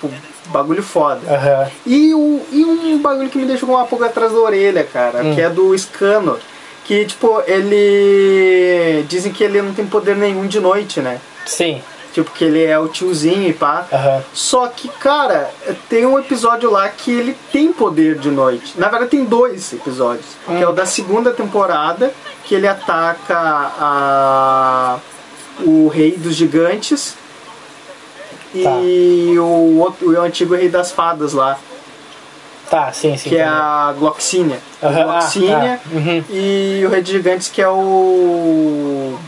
S1: Tipo, bagulho foda.
S2: Aham.
S1: E, o, e um bagulho que me deixou com uma pulga atrás da orelha, cara, que é do Scanor. Que, tipo, ele. Dizem que ele não tem poder nenhum de noite, né?
S2: Sim.
S1: Tipo, que ele é o tiozinho e pá.
S2: Aham.
S1: Só que, cara, tem um episódio lá que ele tem poder de noite. Na verdade, tem dois episódios. Que é
S2: Ah.
S1: o da segunda temporada, que ele ataca a... o rei dos gigantes. E o, outro, o antigo rei das fadas lá,
S2: Tá, sim, sim.
S1: que é
S2: tá.
S1: a Gloxinia.
S2: Aham, ah,
S1: Gloxinia
S2: tá. Uhum.
S1: e o rei dos gigantes, que é o...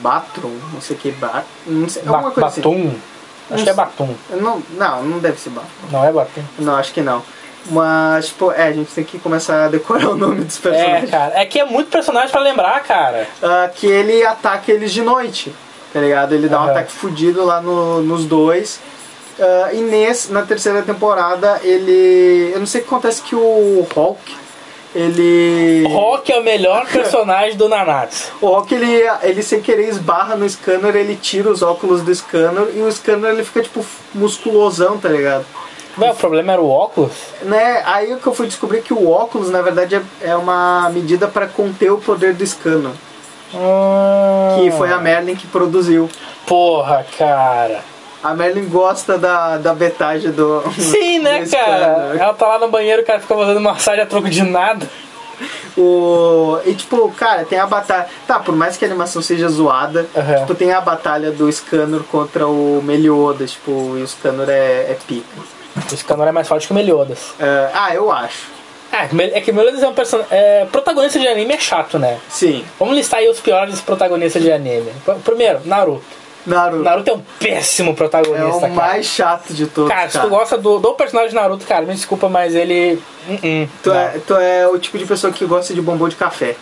S1: Batron, não sei o que, Bat... não sei,
S2: Ba-
S1: alguma coisa assim.
S2: Batum. Acho que é
S1: Não
S2: Batum.
S1: Não, não, não deve ser Batron.
S2: Não é Batum?
S1: Não, acho que não. Mas, tipo, é, a gente tem que começar a decorar o nome dos
S2: É,
S1: personagens.
S2: cara. É que é muito personagem pra lembrar, cara.
S1: Ah, que ele ataca eles de noite. tá ligado? Ele dá um
S2: Aham.
S1: ataque fudido lá no- nos dois. Ah, e nesse, na terceira temporada, ele. Eu não sei o que acontece que o Hulk. Ele.
S2: Rock é o melhor personagem do Nanatsu.
S1: O Hulk, ele, ele sem querer esbarra no scanner, ele tira os óculos do scanner e o scanner ele fica tipo musculosão, tá ligado?
S2: Ué, o problema era o óculos?
S1: Né? Aí que eu fui descobrir que o óculos, na verdade, é, é uma medida pra conter o poder do scanner.
S2: Ah,
S1: Que foi a Merlin que produziu.
S2: Porra, cara.
S1: A Merlin gosta da, da betagem do.
S2: Sim, né,
S1: do
S2: cara?
S1: scanner.
S2: Ela tá lá no banheiro, o cara fica fazendo massagem a troco de nada.
S1: O... E tipo, cara, tem a batalha. Tá, por mais que a animação seja zoada,
S2: Aham.
S1: tipo, tem a batalha do Scanner contra o Meliodas, tipo, e o Scanner é, é pica.
S2: O Scanor é mais forte que o Meliodas.
S1: É, ah, eu acho.
S2: Ah, é que o Meliodas é um personagem. É, protagonista de anime é chato, né?
S1: Sim.
S2: Vamos listar aí os piores protagonistas de anime. P- Primeiro, Naruto.
S1: Naruto.
S2: Naruto é um péssimo
S1: é
S2: protagonista,
S1: o
S2: cara.
S1: mais chato de todos.
S2: Cara,
S1: Cara,
S2: se tu gosta do, do personagem de Naruto, cara, me desculpa, mas ele. Uh
S1: Tu é, tu é o tipo de pessoa que gosta de bombom de café.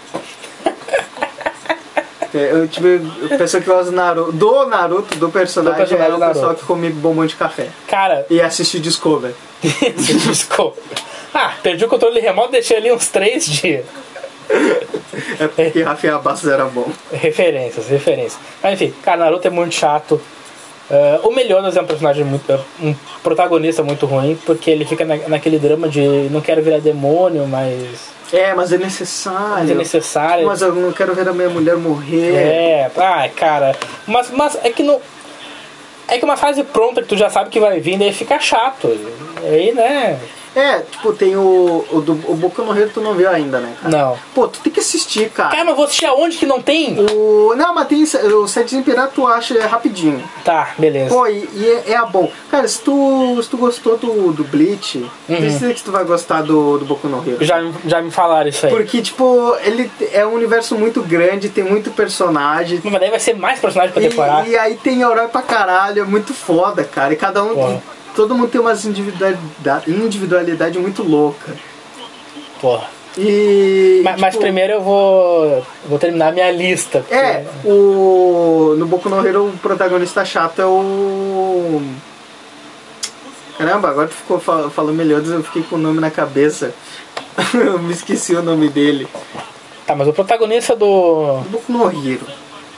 S1: É, Eu tive pessoa que gosta do Naruto, do Naruto, do personagem,
S2: Do personagem
S1: é o
S2: Naruto.
S1: pessoal que come bombom de café
S2: Cara,
S1: e assiste Discovery.
S2: desculpa. Ah, perdi o controle remoto, deixei ali uns três de
S1: É porque Rafael Bastos era bom.
S2: referências, referências. Mas enfim, cara, Naruto é muito chato. Ah, o Meliodas é um personagem muito. um protagonista muito ruim, porque ele fica na, naquele drama de não quero virar demônio, mas
S1: É, mas é necessário.
S2: é necessário.
S1: Mas eu não quero ver a minha mulher morrer.
S2: É, ai, cara. Mas, mas é que não. É que uma fase pronta que tu já sabe que vai vir, daí fica chato. Aí, né?
S1: É, tipo, tem o. O, do, o Boku no Hero tu não viu ainda, né, cara?
S2: Não.
S1: Pô, tu tem que assistir, cara.
S2: Cara, mas vou assistir aonde que não tem?
S1: O, não, mas tem o Sete Pirata, tu acha é rapidinho.
S2: Tá, beleza.
S1: Pô, e, e é, é a bom. Cara, se tu, se tu gostou do, do Bleach, não sei é que tu vai gostar do, do Boku no Hero.
S2: Uhum. Já, já me falaram isso aí.
S1: Porque, tipo, ele é um universo muito grande, tem muito personagem.
S2: Mas daí vai ser mais personagem pra decorar.
S1: E, e aí tem herói pra caralho, é muito foda, cara. E cada um.
S2: Porra.
S1: e todo mundo tem umas individualidade, individualidade muito louca.
S2: Porra.
S1: E.
S2: Mas, mas
S1: tipo,
S2: primeiro eu vou. Vou terminar a minha lista. porque-
S1: É, o. No Boku no Hero, o protagonista chato é o. Caramba, agora tu ficou fal- falando melhor, eu fiquei com o nome na cabeça. eu me esqueci o nome dele.
S2: Tá, mas o protagonista do.
S1: O Boku no Hero.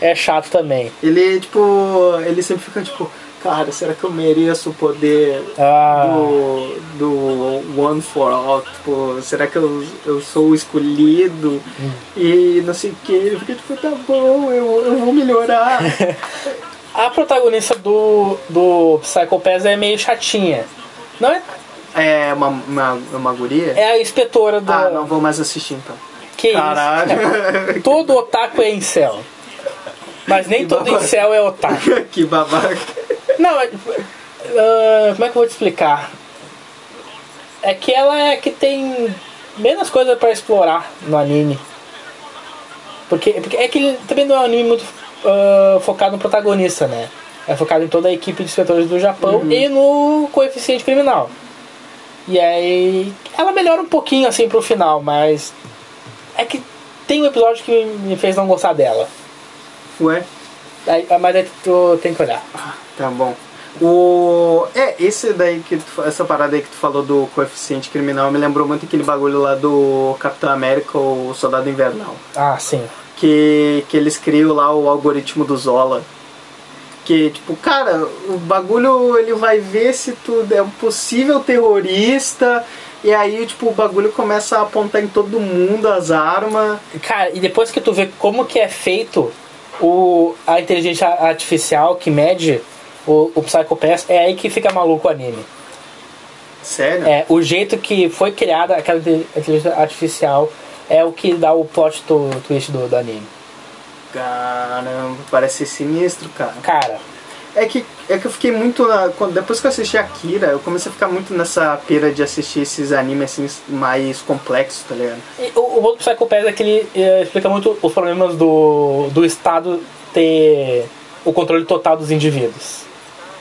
S2: É chato também.
S1: Ele, tipo. Ele sempre fica tipo. Cara, será que eu mereço o poder
S2: Ah.
S1: do, do One for All? Tipo, será que eu, eu sou o escolhido? E não sei o que. Ele fica tipo, tá bom, eu, eu vou melhorar.
S2: A protagonista do. do Psycho Pass é meio chatinha. Não é
S1: É uma, uma, uma guria?
S2: É a inspetora do.
S1: Ah, não vou mais assistir então.
S2: Que
S1: Caralho.
S2: isso? Todo otaku é incel. Mas nem todo
S1: babaca.
S2: incel é otaku.
S1: que babaca.
S2: Não, é- ah, como é que eu vou te explicar? É que ela é que tem menos coisa pra explorar no anime. Porque, porque é que ele também não é um anime muito ah, focado no protagonista, né? É focado em toda a equipe de inspetores do Japão e no coeficiente criminal. E aí ela melhora um pouquinho assim pro final, mas é que tem um episódio que me fez não gostar dela.
S1: Ué?
S2: Aí- mas aí tu tem que olhar.
S1: Tá bom. O. É, esse daí que tu, essa parada aí que tu falou do coeficiente criminal me lembrou muito aquele bagulho lá do Capitão América, o Soldado Invernal.
S2: Ah, sim.
S1: que, que eles criam lá o algoritmo do Zola. Que, tipo, cara, o bagulho ele vai ver se tu é um possível terrorista. E aí, tipo, o bagulho começa a apontar em todo mundo as armas.
S2: Cara, e depois que tu vê como que é feito o, a inteligência artificial que mede o, o Psycho Pass, é aí que fica maluco o anime.
S1: Sério?
S2: É, o jeito que foi criada aquela inte- inteligência artificial é o que dá o plot to, twist do, do anime.
S1: Caramba, parece sinistro, cara.
S2: Cara,
S1: É que, é que eu fiquei muito. Na, quando- depois que eu assisti Akira, eu comecei a ficar muito nessa pira de assistir esses animes assim, mais complexos, tá ligado?
S2: e o, o bom do Psycho Pass é que ele eh, explica muito os problemas do, do Estado ter o controle total dos indivíduos.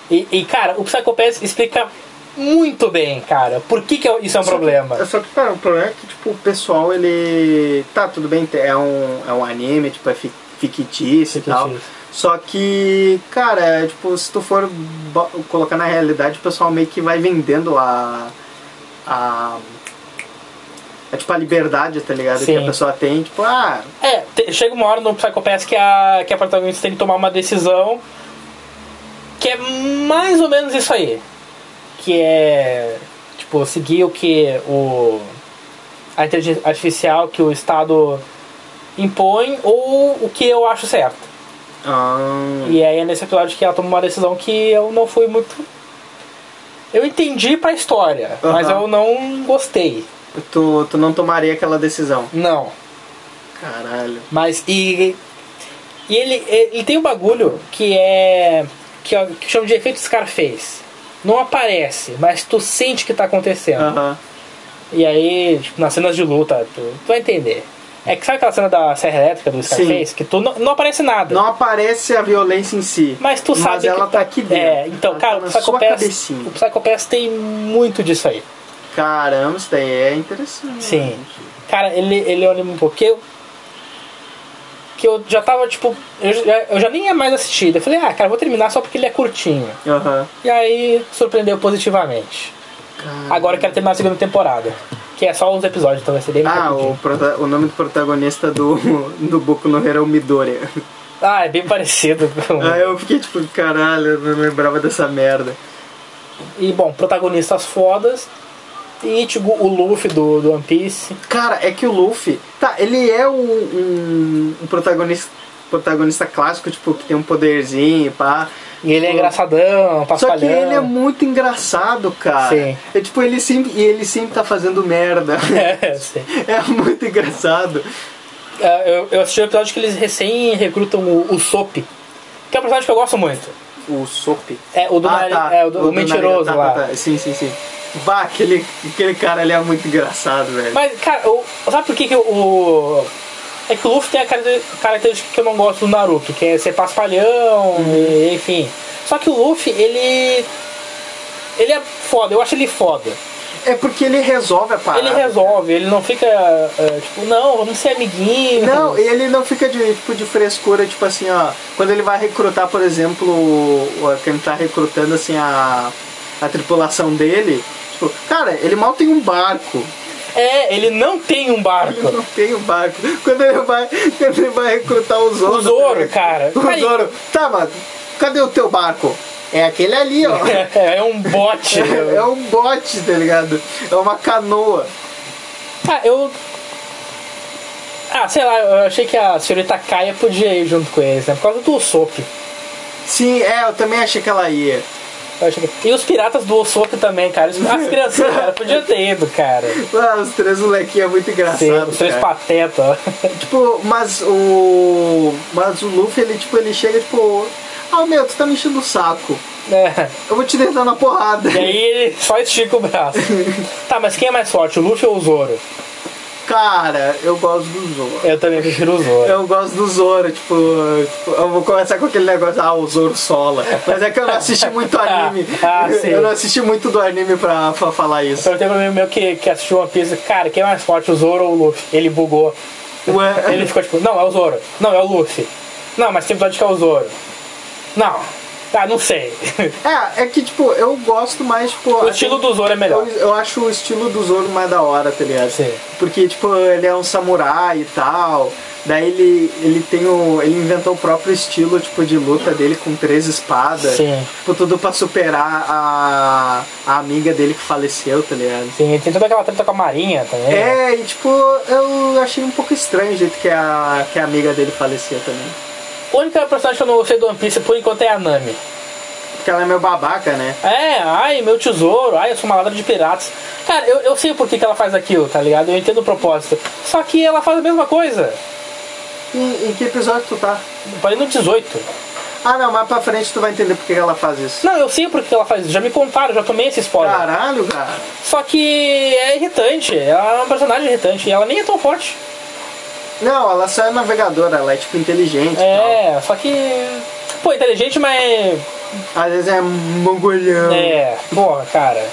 S2: E, e, cara, o Psycho Pass explica muito bem, cara, por que, que isso é um
S1: Só que-
S2: problema.
S1: é Só que, cara, o problema é que, tipo, o pessoal, ele... Tá, tudo bem, é um, é um anime, tipo, é fi- fictício e tal.
S2: Fictício.
S1: Só que, cara, é, tipo, se tu for bo- colocar na realidade, o pessoal meio que vai vendendo a. a. a, tipo, a liberdade, tá ligado? Que
S2: Sim.
S1: a pessoa tem, tipo, ah,
S2: É, te- chega uma hora no Psychopass que a, que a protagonista tem que tomar uma decisão que é mais ou menos isso aí. Que é, tipo, seguir o que o, a inteligência artificial que o Estado impõe ou o que eu acho certo.
S1: ah,
S2: E aí é nesse episódio que ela toma uma decisão que eu não fui muito... Eu entendi pra história, mas
S1: Aham.
S2: eu não gostei.
S1: tu, tu não tomaria aquela decisão.
S2: Não.
S1: Caralho.
S2: Mas e. E ele, ele tem um bagulho que é. que, é- que chama de efeito Scarface. Não aparece, mas tu sente que tá acontecendo.
S1: Aham.
S2: E aí, tipo, nas cenas de luta, tu, tu vai entender. É que sabe aquela cena da Serra Elétrica do Scarface? Que tu não, não aparece nada.
S1: Não aparece a violência em si.
S2: Mas tu sabe
S1: Mas ela
S2: que
S1: tá aqui dentro.
S2: É, então,
S1: Ela
S2: cara,
S1: tá
S2: o
S1: na sua
S2: Psychopass,
S1: cabecinha.
S2: o Psychopass tem muito disso aí.
S1: Caramba, isso daí é interessante.
S2: Sim. Cara, ele, ele é um anime um pouquinho. Que eu já tava, tipo. Eu já, eu já nem ia mais assistir. Eu falei, ah, cara, eu vou terminar só porque ele é curtinho.
S1: Aham.
S2: E aí surpreendeu positivamente.
S1: Cara.
S2: Agora eu quero terminar a segunda temporada. Que é só uns episódios, então vai ser bem mais
S1: Ah, o,
S2: rapidinho.
S1: prota- o nome do protagonista do, do Boku no Hero é o Midoriya.
S2: Ah, é bem parecido. com-
S1: Aí eu fiquei tipo, caralho, eu não lembrava dessa merda.
S2: E bom, protagonistas fodas. E Ichigo, o Luffy do, do One Piece.
S1: Cara, é que o Luffy. Tá, ele é um, um- um protagonista, protagonista clássico, tipo, que tem um poderzinho e pá.
S2: E ele é engraçadão,
S1: Só
S2: paspalhão.
S1: que ele é muito engraçado, cara.
S2: Sim.
S1: É tipo, ele sempre. E ele sempre tá fazendo merda.
S2: É, sim.
S1: é muito engraçado.
S2: É, eu, eu assisti o episódio que eles recém recrutam o, o Sop, que é um personagem que eu gosto muito.
S1: O Sop.
S2: É o do,
S1: Ah,
S2: Nari-
S1: tá.
S2: é, o do- o
S1: do
S2: mentiroso
S1: Narita. Tá,
S2: lá.
S1: tá, tá. Sim, sim, sim. Vá, aquele, aquele cara ali é muito engraçado, velho.
S2: Mas, cara, eu- sabe por que, que o. É que o Luffy tem a caracter- característica que eu não gosto do Naruto, que é ser paspalhão,
S1: Uhum.
S2: e- enfim. Só que o Luffy, ele. Ele é foda, eu acho ele foda.
S1: É porque ele resolve a parada.
S2: ele resolve, ele não fica é, tipo, não, vamos ser amiguinhos.
S1: Não, e ele não fica de, tipo, de frescura, tipo assim, ó. Quando ele vai recrutar, por exemplo, o- o- quem tá recrutando, assim, a, a tripulação dele. Tipo, cara, ele mal tem um barco.
S2: É, ele não tem um
S1: Ele
S2: barco.
S1: não tem um barco. Quando ele vai, quando ele vai recrutar o Zoro.
S2: O Zoro, cara.
S1: O
S2: Aí-
S1: Zoro. Tá, mano, cadê o teu barco? É aquele ali, ó.
S2: É um bote.
S1: É, é um bote, tá ligado? É uma canoa.
S2: Ah, eu. Ah, sei lá, eu achei que a senhorita Kaia podia ir junto com eles, né? Por causa do Usopp.
S1: Sim, é, eu também achei que ela ia.
S2: Eu achei que- E os piratas do Usopp também, cara. As crianças, cara, podia ter ido, cara.
S1: Ah, os três molequinhos é muito engraçado.
S2: Sim, os três
S1: cara.
S2: patetas.
S1: Tipo, mas o. Mas o Luffy, ele tipo, ele chega tipo. Ah meu, tu tá me enchendo o saco.
S2: É.
S1: Eu vou te deitar na porrada.
S2: E aí ele só estica o braço. Tá, mas quem é mais forte, o Luffy ou o Zoro?
S1: Cara, eu gosto do Zoro.
S2: Eu também prefiro o Zoro.
S1: Eu gosto do Zoro, tipo, tipo, eu vou começar com aquele negócio, ah, o Zoro sola. Mas é que eu não assisti muito anime.
S2: Ah, sim.
S1: eu não assisti muito do anime pra, pra falar isso.
S2: Eu tenho um amigo meu que, que assistiu One Piece, cara, quem é mais forte, o Zoro ou o Luffy? Ele bugou.
S1: Ué,
S2: Ele ficou tipo, não, é o Zoro. Não, é o Luffy. Não, mas tem episódio que é o Zoro. Não. Tá, não sei.
S1: É, é que tipo, eu gosto mais, tipo.
S2: O estilo do Zoro é melhor.
S1: Eu, eu acho o estilo do Zoro mais da hora, tá ligado?
S2: Sim.
S1: Porque, tipo, ele é um samurai e tal. Daí ele, ele tem o. ele inventou o próprio estilo, tipo, de luta dele com três espadas.
S2: Sim.
S1: Tipo, tudo pra superar a, a amiga dele que faleceu, tá ligado?
S2: Sim, tem toda aquela treta com a Marinha também.
S1: É, e tipo, eu achei um pouco estranho o jeito que a, que a amiga dele faleceu também.
S2: A única personagem que eu não gostei do One Piece por enquanto é a Nami.
S1: Porque ela é meio babaca, né?
S2: É, ai, meu tesouro, ai, eu sou uma ladra de piratas. Cara, eu, eu sei por que, que ela faz aquilo, tá ligado? Eu entendo o propósito. Só que ela faz a mesma coisa.
S1: E, em que episódio tu tá?
S2: Parei no 18.
S1: Ah não, mais pra frente tu vai entender porque ela faz isso.
S2: Não, eu sei por que que ela faz isso. Já me contaram, já tomei esse spoiler.
S1: Caralho, cara.
S2: Só que é irritante. Ela é uma personagem irritante. E ela nem é tão forte.
S1: Não, ela só é navegadora, ela é tipo inteligente. e
S2: É, só que. Pô, inteligente, mas.
S1: tal. Às vezes é mongolhão.
S2: É, porra, cara.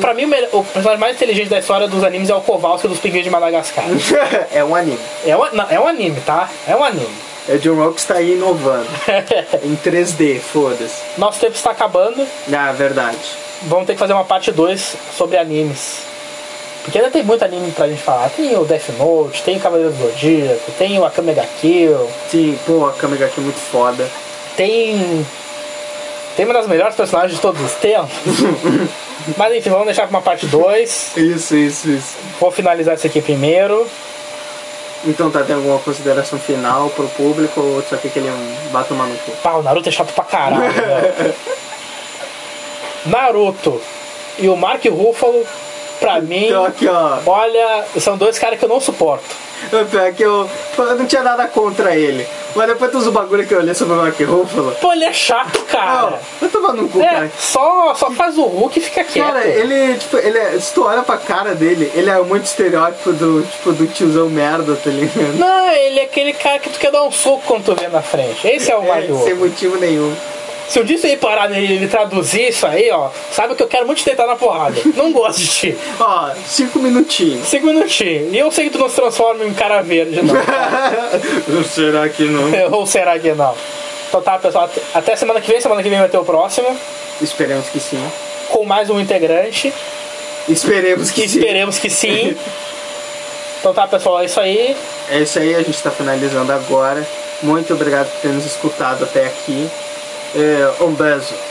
S2: Pra mim, o, melhor- o personagem mais inteligente da história dos animes é o Kowalski dos Pinguins de Madagascar.
S1: É um anime.
S2: É um, não, é um anime, tá? É um anime.
S1: É John Rock está aí inovando. em 3D, foda-se.
S2: Nosso tempo está acabando.
S1: Ah, verdade.
S2: Vamos ter que fazer uma parte 2 sobre animes. Porque ainda tem muito anime pra gente falar. Tem o Death Note, tem o Cavaleiro do Zodíaco, tem o Akame ga Kill,
S1: Sim, pô, a câmera aqui é muito foda.
S2: tem. Tem uma das melhores personagens de todos os tempos. Mas enfim, vamos deixar pra uma parte 2.
S1: Isso, isso, isso.
S2: Vou finalizar isso aqui primeiro.
S1: Então tá, tem alguma consideração final pro público ou só quer que ele é um bata uma no cu?
S2: Pá, o Naruto é chato pra caralho. né? Naruto e o Mark Ruffalo, pra mim,
S1: Então aqui, ó.
S2: olha, são dois caras que eu não suporto.
S1: Pior é que eu, eu não tinha nada contra ele. Mas depois dos bagulho que eu olhei sobre o Mark Ruffalo.
S2: Pô, ele é chato,
S1: Não,
S2: cara.
S1: vai tomar no cu,
S2: É,
S1: cara.
S2: só, só faz o Hulk e fica quieto.
S1: Cara, ele, tipo, ele é, se tu olha pra cara dele, ele é muito estereótipo do, tipo, do tiozão merda, tá ligado?
S2: Não, ele é aquele cara que tu quer dar um soco quando tu vê na frente. Esse é o
S1: É, sem
S2: Mario.
S1: motivo nenhum.
S2: Se eu disse aí parar nele e ele traduzir isso aí, ó, sabe que eu quero muito te deitar na porrada. não gosto de ti.
S1: Ó, cinco minutinhos.
S2: Cinco minutinhos. E eu sei que tu não se transforma em um cara verde, não.
S1: Será que não?
S2: Ou será que não? Então tá, pessoal, at- até semana que vem. Semana que vem vai ter o próximo.
S1: Esperemos que sim.
S2: Com mais um integrante.
S1: Esperemos que sim.
S2: Esperemos que sim. Então tá, pessoal, é isso aí.
S1: É isso aí, a gente está finalizando agora. Muito obrigado por ter nos escutado até aqui. É, um beijo.